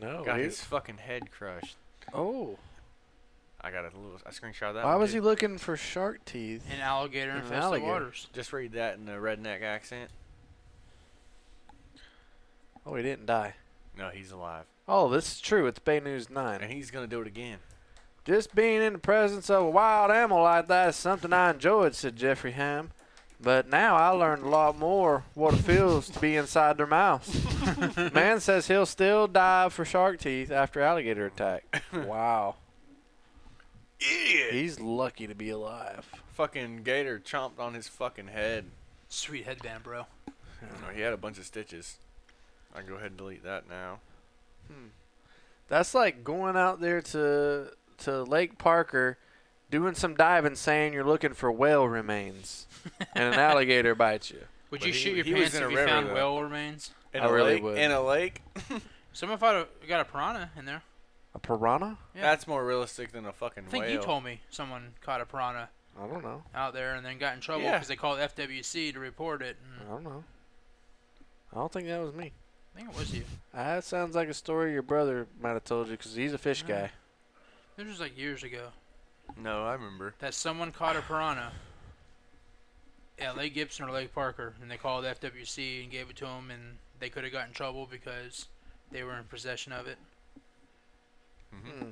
No.
got
he-
his fucking head crushed.
oh.
I got a little. I screenshot that.
Why
one,
was
too.
he looking for shark teeth?
An alligator
An
infested
alligator.
waters.
Just read that in the redneck accent.
Oh, he didn't die.
No, he's alive,
Oh, this is true. It's Bay News 9.
and he's gonna do it again.
Just being in the presence of a wild animal like that is something I enjoyed, said Jeffrey Ham. But now I learned a lot more what it feels to be inside their *laughs* mouths. Man says he'll still dive for shark teeth after alligator *laughs* attack. Wow.
Idiot!
He's lucky to be alive.
Fucking gator chomped on his fucking head.
Sweet headband, bro.
No, he had a bunch of stitches. I can go ahead and delete that now.
That's like going out there to to Lake Parker, doing some diving, saying you're looking for whale remains, and an alligator bites you.
Would
But
you
he-
shoot your
he was
pants
in
if
a
you
river,
found
though.
whale remains?
In
I
a
really
lake.
would.
In a lake.
Someone thought I got a piranha in there.
A piranha?
Yeah.
That's more realistic than a fucking
I think
whale.
you told me someone caught a piranha
I don't know.
out there and then got in trouble
Yeah. Uh-huh.
because they called FWC to report it.
I
And
don't know. I don't think that was me.
I think it was you.
That sounds like a story your brother might have told you because he's a fish guy.
This was like years ago
No, I remember.
that someone caught a piranha at Lake Gibson or Lake Parker, and they called FWC and gave it to them, and they could have got in trouble because they were in possession of it. *laughs*
Mhm.
Hmm.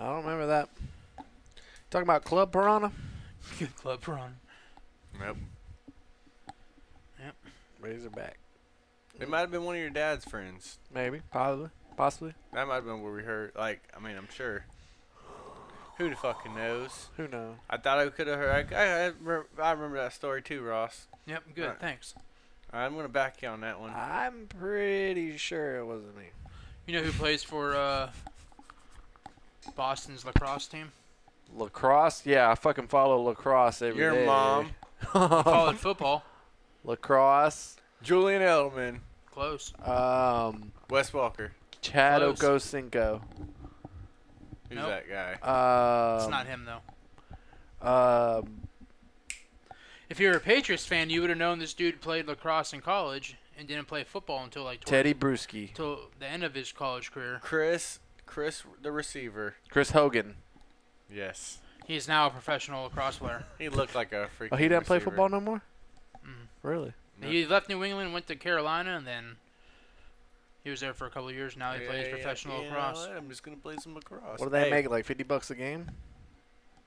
I don't remember that. Talking about club piranha.
Good club piranha.
Nope.
Razorback.
It might have been one of your dad's friends.
Maybe. Probably. Possibly.
That might have been where we heard. Like, I mean, I'm sure. Who the fucking knows?
Who knows?
I thought I could have heard. I, I, I re- I remember that story too, Ross.
Yep, good.
Right.
Thanks.
I'm gonna back you on that one.
I'm pretty sure it wasn't me.
You know who plays for uh, Boston's lacrosse team?
Lacrosse? Yeah, I fucking follow lacrosse every day. *laughs*
Your mom,
Followed football.
lacrosse.
Julian Edelman,
Close.
Um,
Wes Walker.
Chad
Close.
Okosinko.
Who's
Nope.
that guy?
Um,
It's not him though.
Um,
If you were a Patriots fan, you would have known this dude played lacrosse in college and didn't play football until like tw-
Teddy Bruschi.
till the end of his college career.
Chris, Chris, the receiver.
Chris Hogan.
Yes.
He is now a professional lacrosse player.
He looked like a freaking.
Oh, he didn't play
receiver.
football no more?
Mm.
Really?
No.
He left New England, went to Carolina, and then he was there for a couple of years. Now he
Oh, Yeah,
plays
yeah,
professional
yeah,
lacrosse.
I'm just gonna play some lacrosse.
What do they
Hey,
make? Like 50 bucks a game?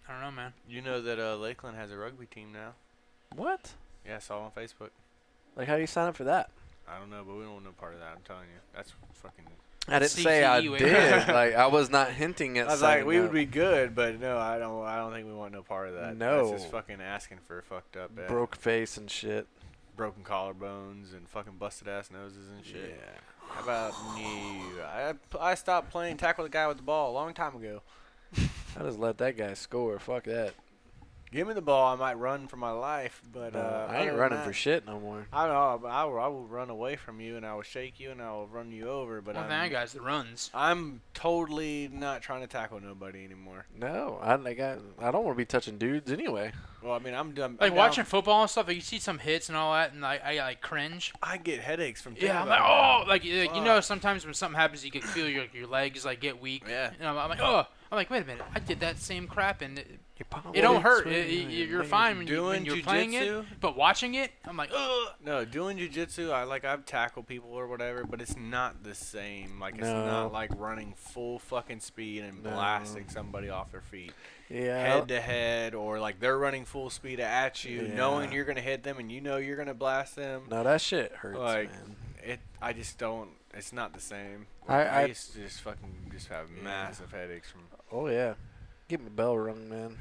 I don't know, man.
You know that uh, Lakeland has a rugby team now.
What?
Yeah, I saw on Facebook.
Like, how do you sign up for that?
I don't know, but we don't want no part of that. I'm telling you, that's fucking.
I didn't say I
CTE waiver.
did. *laughs* like, I was not hinting at
I was
signing
like, we
up.
would be good, but no, I don't. I don't think we want no part of that.
No.
that's just fucking asking for fucked up, uh,
broke face and shit.
broken collarbones, and fucking busted ass noses and shit.
Yeah.
How about you? I I stopped playing tackle the guy with the ball a long time ago.
I just let that guy score. Fuck that.
Give me the ball, I might run for my life, but uh,
Uh, I ain't running for shit no more.
I know, but I will, I will run away from you, and I will shake you, and I will run you over. But
One thing I
I'm,
got is the runs.
I'm totally not trying to tackle nobody anymore.
No, I like I, I don't want to be touching dudes anyway.
Well, I mean, I'm done.
Like
I'm down-
watching football and stuff, like you see some hits and all that, and I, I like cringe.
I get headaches from. thinking
Yeah, I'm like,
about
oh,
it.
like, you- like, you know, sometimes when something happens, you can feel your your legs like get weak.
Yeah.
And I'm, I'm like, oh, I'm like, wait a minute, I did that same crap, and it,
Your palm
it don't
legs
hurt.
swing
It- it-
and
you-
your
you're
legs-
fine when, you,
Doing
when you're playing it,
jujitsu?
but watching it, I'm like, oh,
No, doing jujitsu, I like I've tackled people or whatever, but it's not the same. Like it's
No.
not like running full fucking speed and
No.
blasting somebody off their feet.
Yeah,
head to head or like they're running full speed at you, knowing
Yeah.
you're gonna hit them and you know you're gonna blast them.
no, that shit hurts,
Like,
man.
It, I just don't. It's not the same.
I- I-
used to just fucking just have
Yeah.
massive headaches from,
Oh yeah, get my bell rung, man.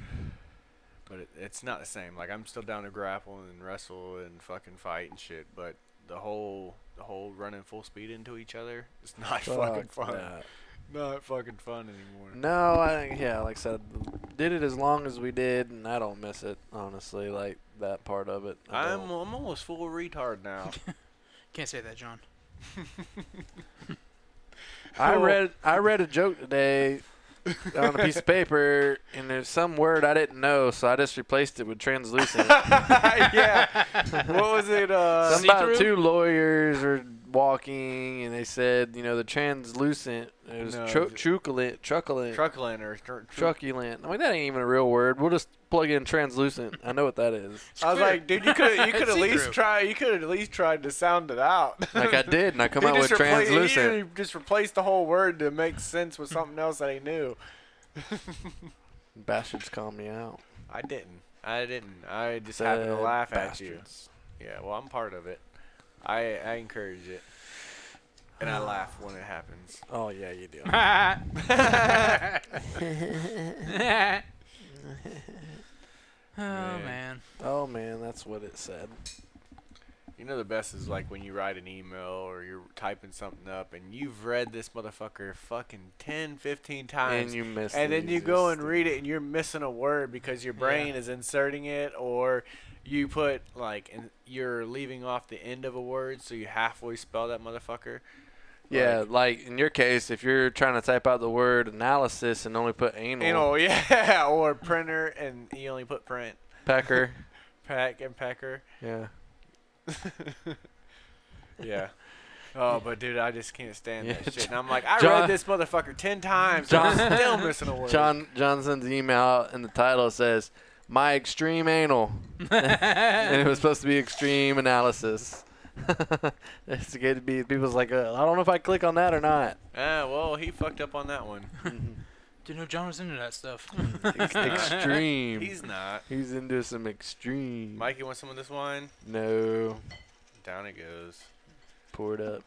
but it, it's not the same. Like I'm still down to grapple and wrestle and fucking fight and shit, but the whole the whole running full speed into each other, it's *laughs* not fucking
Fuck
fun.
that.
Not fucking fun anymore.
No, I yeah, like I said, did it as long as we did, and I don't miss it honestly. Like that part of it. I
I'm
don't.
I'm almost full retard
*laughs*
now. *laughs*
can't say that, John.
I read I read a joke today on a piece of paper, and there's some word I didn't know, so I just replaced it with
*laughs*
translucent.
yeah. *laughs* What was it? Uh,
Some about two
See-through?
lawyers or walking, and they said, you know, the translucent, it was
No,
tru-
ju-
truculent, truculent,
Truckland or tr- tr-
truculent. I'm like, that ain't even a real word. We'll just plug in translucent. I know what that
*laughs*
is.
I was
clear.
like, dude, you could you could
It's
at least *laughs*
see-through.
try you could at least tried to sound it out.
Like I did, and I
*laughs*
come
He
out with
just repla- he
translucent.
just replaced the whole word to make sense with something else that he knew.
Bastards call me out.
I didn't. I didn't. I just happened to
Said
laugh
bastards.
at you. Yeah, well, I'm part of it. I I encourage it, and I laugh when it happens.
Oh yeah, you do.
*laughs* oh man.
oh man, that's what it said.
You know the best is like when you write an email or you're typing something up and you've read this motherfucker fucking 10, 15 times.
And you missed.
and
it,
then you go
just-
and read it and you're missing a word because your brain is inserting it or you put like and you're leaving off the end of a word so you halfway spell that motherfucker
Yeah, like in your case, if you're trying to type out the word analysis and only put anal,
you know oh, *laughs* yeah or printer and you only put print
pecker.
pack and packer
Yeah.
*laughs* yeah oh but dude i just can't stand that
Yeah,
shit and i'm like
*laughs*
i
John-
read this motherfucker 10 times
John-
and i'm still missing a word
John Johnson's email in the title says, "My extreme anal," and it
*laughs*
was supposed to be extreme analysis. *laughs* it's going to be people's like, uh, I don't know if I click on that or not.
ah well he fucked up on that one
Did you know John was into that stuff?
Ex-
*laughs*
extreme.
he's not
He's into some extreme.
mike you want some of this wine
No,
down it goes
pour it up.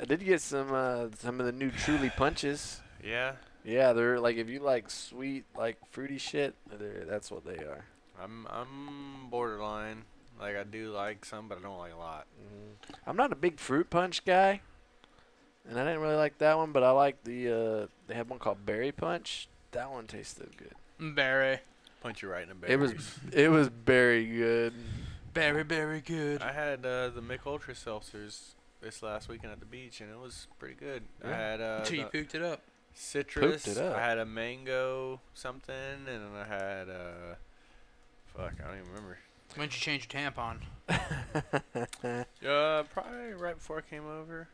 I did get some uh, some of the new Truly punches.
yeah
Yeah, they're like if you like sweet, like fruity shit, they're- that's what they are.
I'm I'm borderline. Like I do like some, but I don't like a lot.
Mm-hmm. I'm not a big fruit punch guy, and I didn't really like that one, but I like the uh, they had one called berry punch. That one tasted good.
Very,
Punch you right in the belly.
It was it was very good.
very, very good.
I had uh, the Mick Ultra seltzers this last weekend at the beach, and it was pretty good. I
Yeah.
had uh,
Until you
the
puked it up.
citrus.
it up.
I had a mango something, and then I had uh, fuck, I don't even remember.
When'd you change your tampon?
Uh, probably right before I came over.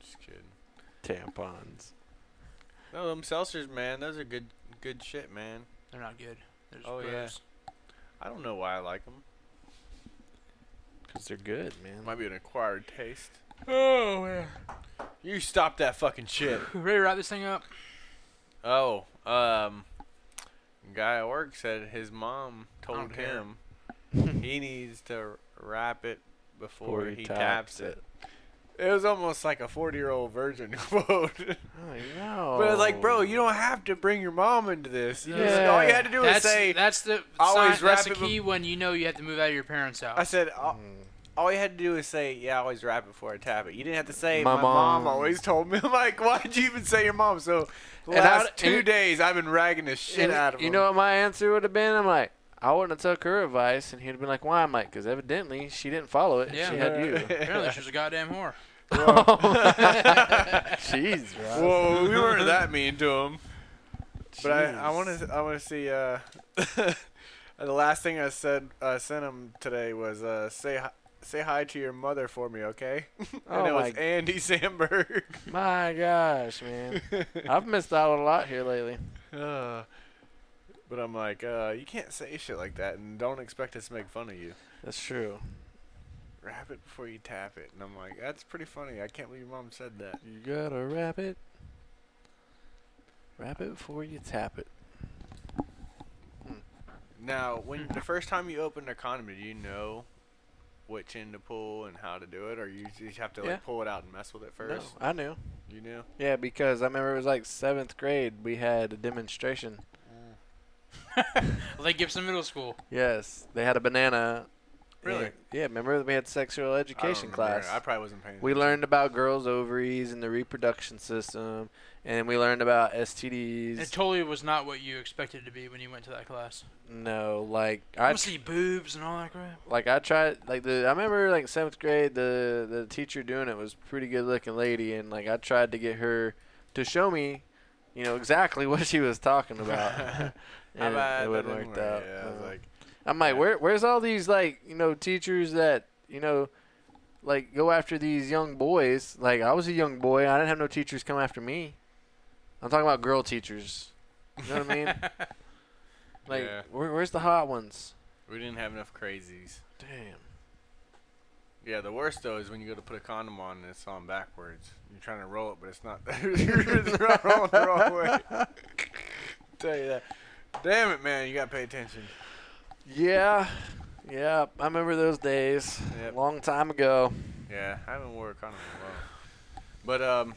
Just kidding.
Tampons.
No, them seltzers, man. Those are good, good shit, man.
They're not good. They're just
Oh, yeah.
gross.
I don't know why I like them.
Cause they're good, man.
Might be an acquired taste.
Oh man.
You stop that fucking shit.
Ready to wrap this thing up?
Oh, um, guy at work said his mom told
don't care.
him he needs to wrap it before
Before
he, taps, it. it. was almost like a forty-year-old virgin *laughs* quote.
I know.
but it's like, bro, you don't have to bring your mom into this. You just, all you had to do was
That's,
say.
that's the
always
sign, that's
wrap
the
it bef-
key when you know you have to move out of your parents' house.
I said, all,
Mm.
all you had to do was say, "Yeah, I always wrap it before I tap it." You didn't have to say,
My
"My, mom.
mom."
always told me." *laughs* I'm like, why'd you even say your mom? So, the
And I
last
would-
two
and-
days, I've been ragging the shit
And
out of
You
him.
know what my answer would have been? I'm like, I wouldn't have took her advice, and he'd have been like, "Why?" I'm like, "Cause evidently she didn't follow it. and
Yeah.
She had *laughs* you."
*laughs*
Apparently, *laughs* she's a goddamn whore.
*laughs*
*laughs*
Jeez, Ross.
Whoa, we weren't that mean to him. But I, I
Jeez.
want to I want to see. Uh, *laughs* the last thing I said uh, sent him today was uh, say hi, say hi to your mother for me, okay? *laughs* and
Oh
it was
my-
*laughs*
Andy Sandberg.
My gosh, man. I've missed out a lot here lately.
*laughs* uh, but I'm like, uh, you can't say shit like that, and don't expect us to make fun of you.
That's true.
Wrap it before you tap it, and I'm like, that's pretty funny. I can't believe your mom said that.
You gotta wrap it. Wrap it before you tap it.
Now,
*laughs*
when the first time you opened a condom, did you know which end to pull and how to do it, or you just have to like
Yeah.
pull it out and mess with it
No,
first?
I knew.
You knew.
Yeah, because I remember it was like seventh grade. We had a demonstration.
Lake Gibson Middle School.
Yes, they had a banana.
Really?
and- yeah, remember we had sexual
I don't
education
remember.
class.
I probably wasn't paying.
We
attention.
learned about girls' ovaries and the reproduction system, and we learned about STDs.
It totally was not what you expected it to be when you went to that class.
no, like
I
I
want to see boobs and all that crap.
like I tried like the I remember like seventh grade the the teacher doing it was a pretty good looking lady and like I tried to get her to show me you know exactly *laughs* what she was talking
*laughs*
about
How
and it,
bad that
it wouldn't
didn't
worked
work.
out
Yeah, I was
Uh,
like,
I'm like where where's all these like you know teachers that you know like go after these young boys. Like I was a young boy, and I didn't have no teachers come after me. I'm talking about girl teachers. You know what I
*laughs*
mean? Like
Yeah.
where, where's the hot ones?
we didn't have enough crazies.
Damn.
Yeah, the worst though is when you go to put a condom on and it's on backwards. You're trying to roll it, but it's not. *laughs* it's not rolling the wrong way.
*laughs*
Tell you that. Damn it, man! You gotta pay attention.
Yeah, yeah. I remember those days.
Yep.
Long time ago.
Yeah, I haven't wore a condom in a while. But um,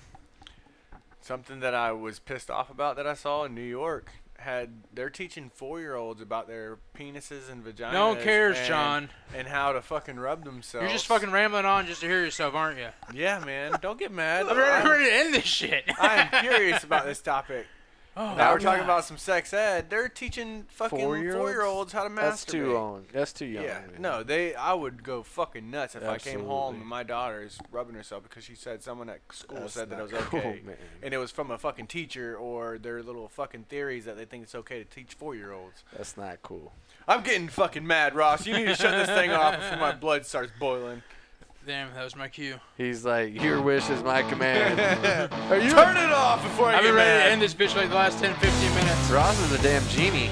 something that I was pissed off about that I saw in New York had they're teaching four year olds about their penises and vaginas.
No one cares,
and,
John.
And how to fucking rub themselves.
You're just fucking rambling on just to hear yourself, aren't
*laughs*
you?
Yeah, man. Don't
*laughs*
get mad.
I'm ready, I'm
I'm,
ready to end this shit. *laughs*
I'm curious about this topic.
Oh,
now we're
God.
talking about some sex ed. They're teaching fucking four year
Four-year-olds?
olds how to masturbate.
That's too long. That's too young.
Yeah,
man.
no, they. I would go fucking nuts if I came home
Absolutely.
and my daughter's rubbing herself because she said someone at school
That's
said that
not
it was okay,
cool, man.
and it was from a fucking teacher or their little fucking theories that they think it's okay to teach four year olds.
That's not cool.
I'm getting fucking mad, Ross. You need to shut this thing off before my blood starts boiling.
Damn, that was my cue.
He's
*laughs*
like, your wish is my command.
Are you Turn it off before I
I've
get
been ready to
mad.
end this bitch like the last 10, 15 minutes.
Ross is a damn genie.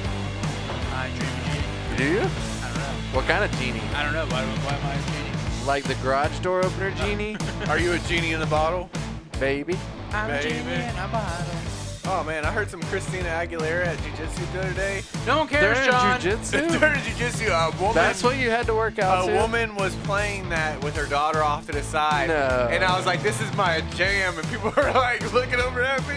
I dream of you.
Do you?
I don't know.
What kind of genie?
I don't know. Why, why am I a genie?
Like the garage door opener
*laughs*
genie,
Are you a genie in a bottle?
baby.
I'm
a genie Baby.
a bottle.
Oh man, I heard some Christina Aguilera at Jiu Jitsu the other day.
No one
They're
cares,
in
John.
jujitsu.
*laughs* During Jiu Jitsu, a woman.
That's what you had to work out
A
to.
woman was playing that with her daughter off to the side,
No.
and I was like, "This is my jam," and people *laughs* were like looking over at me.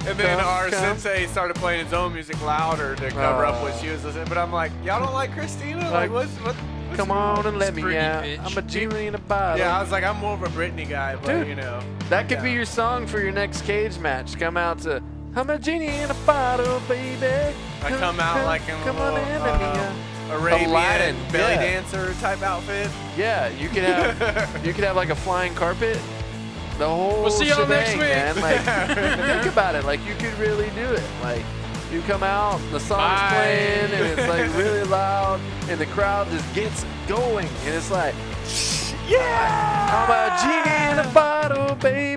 And then
Come,
our
come.
sensei started playing his own music louder to cover up what
Oh.
she was listening. But I'm like, "Y'all don't like Christina? Like,
Like,
what's what?" what's
Come
wrong?"
on and let me
Pretty
out.
bitch.
I'm a genie in a bottle.
Yeah, I was like, "I'm more of a Britney guy, but
Dude,
you know."
that could be
yeah.
your song for your next cage match. Come out to I'm a genie in a bottle, baby.
I come out like in a
come
little
on in let me
uh,
out.
Arabian
Aladdin,
belly
yeah.
dancer type outfit.
Yeah, you could have you could have like a flying carpet. The whole
We'll see y'all next
shebang, man.
week.
Like think about it. Like you could really do it. Like you come out, the song's
Bye.
playing, and it's like really loud, and the crowd just gets *laughs* going, and it's like, yeah, I'm a genie in a bottle, baby.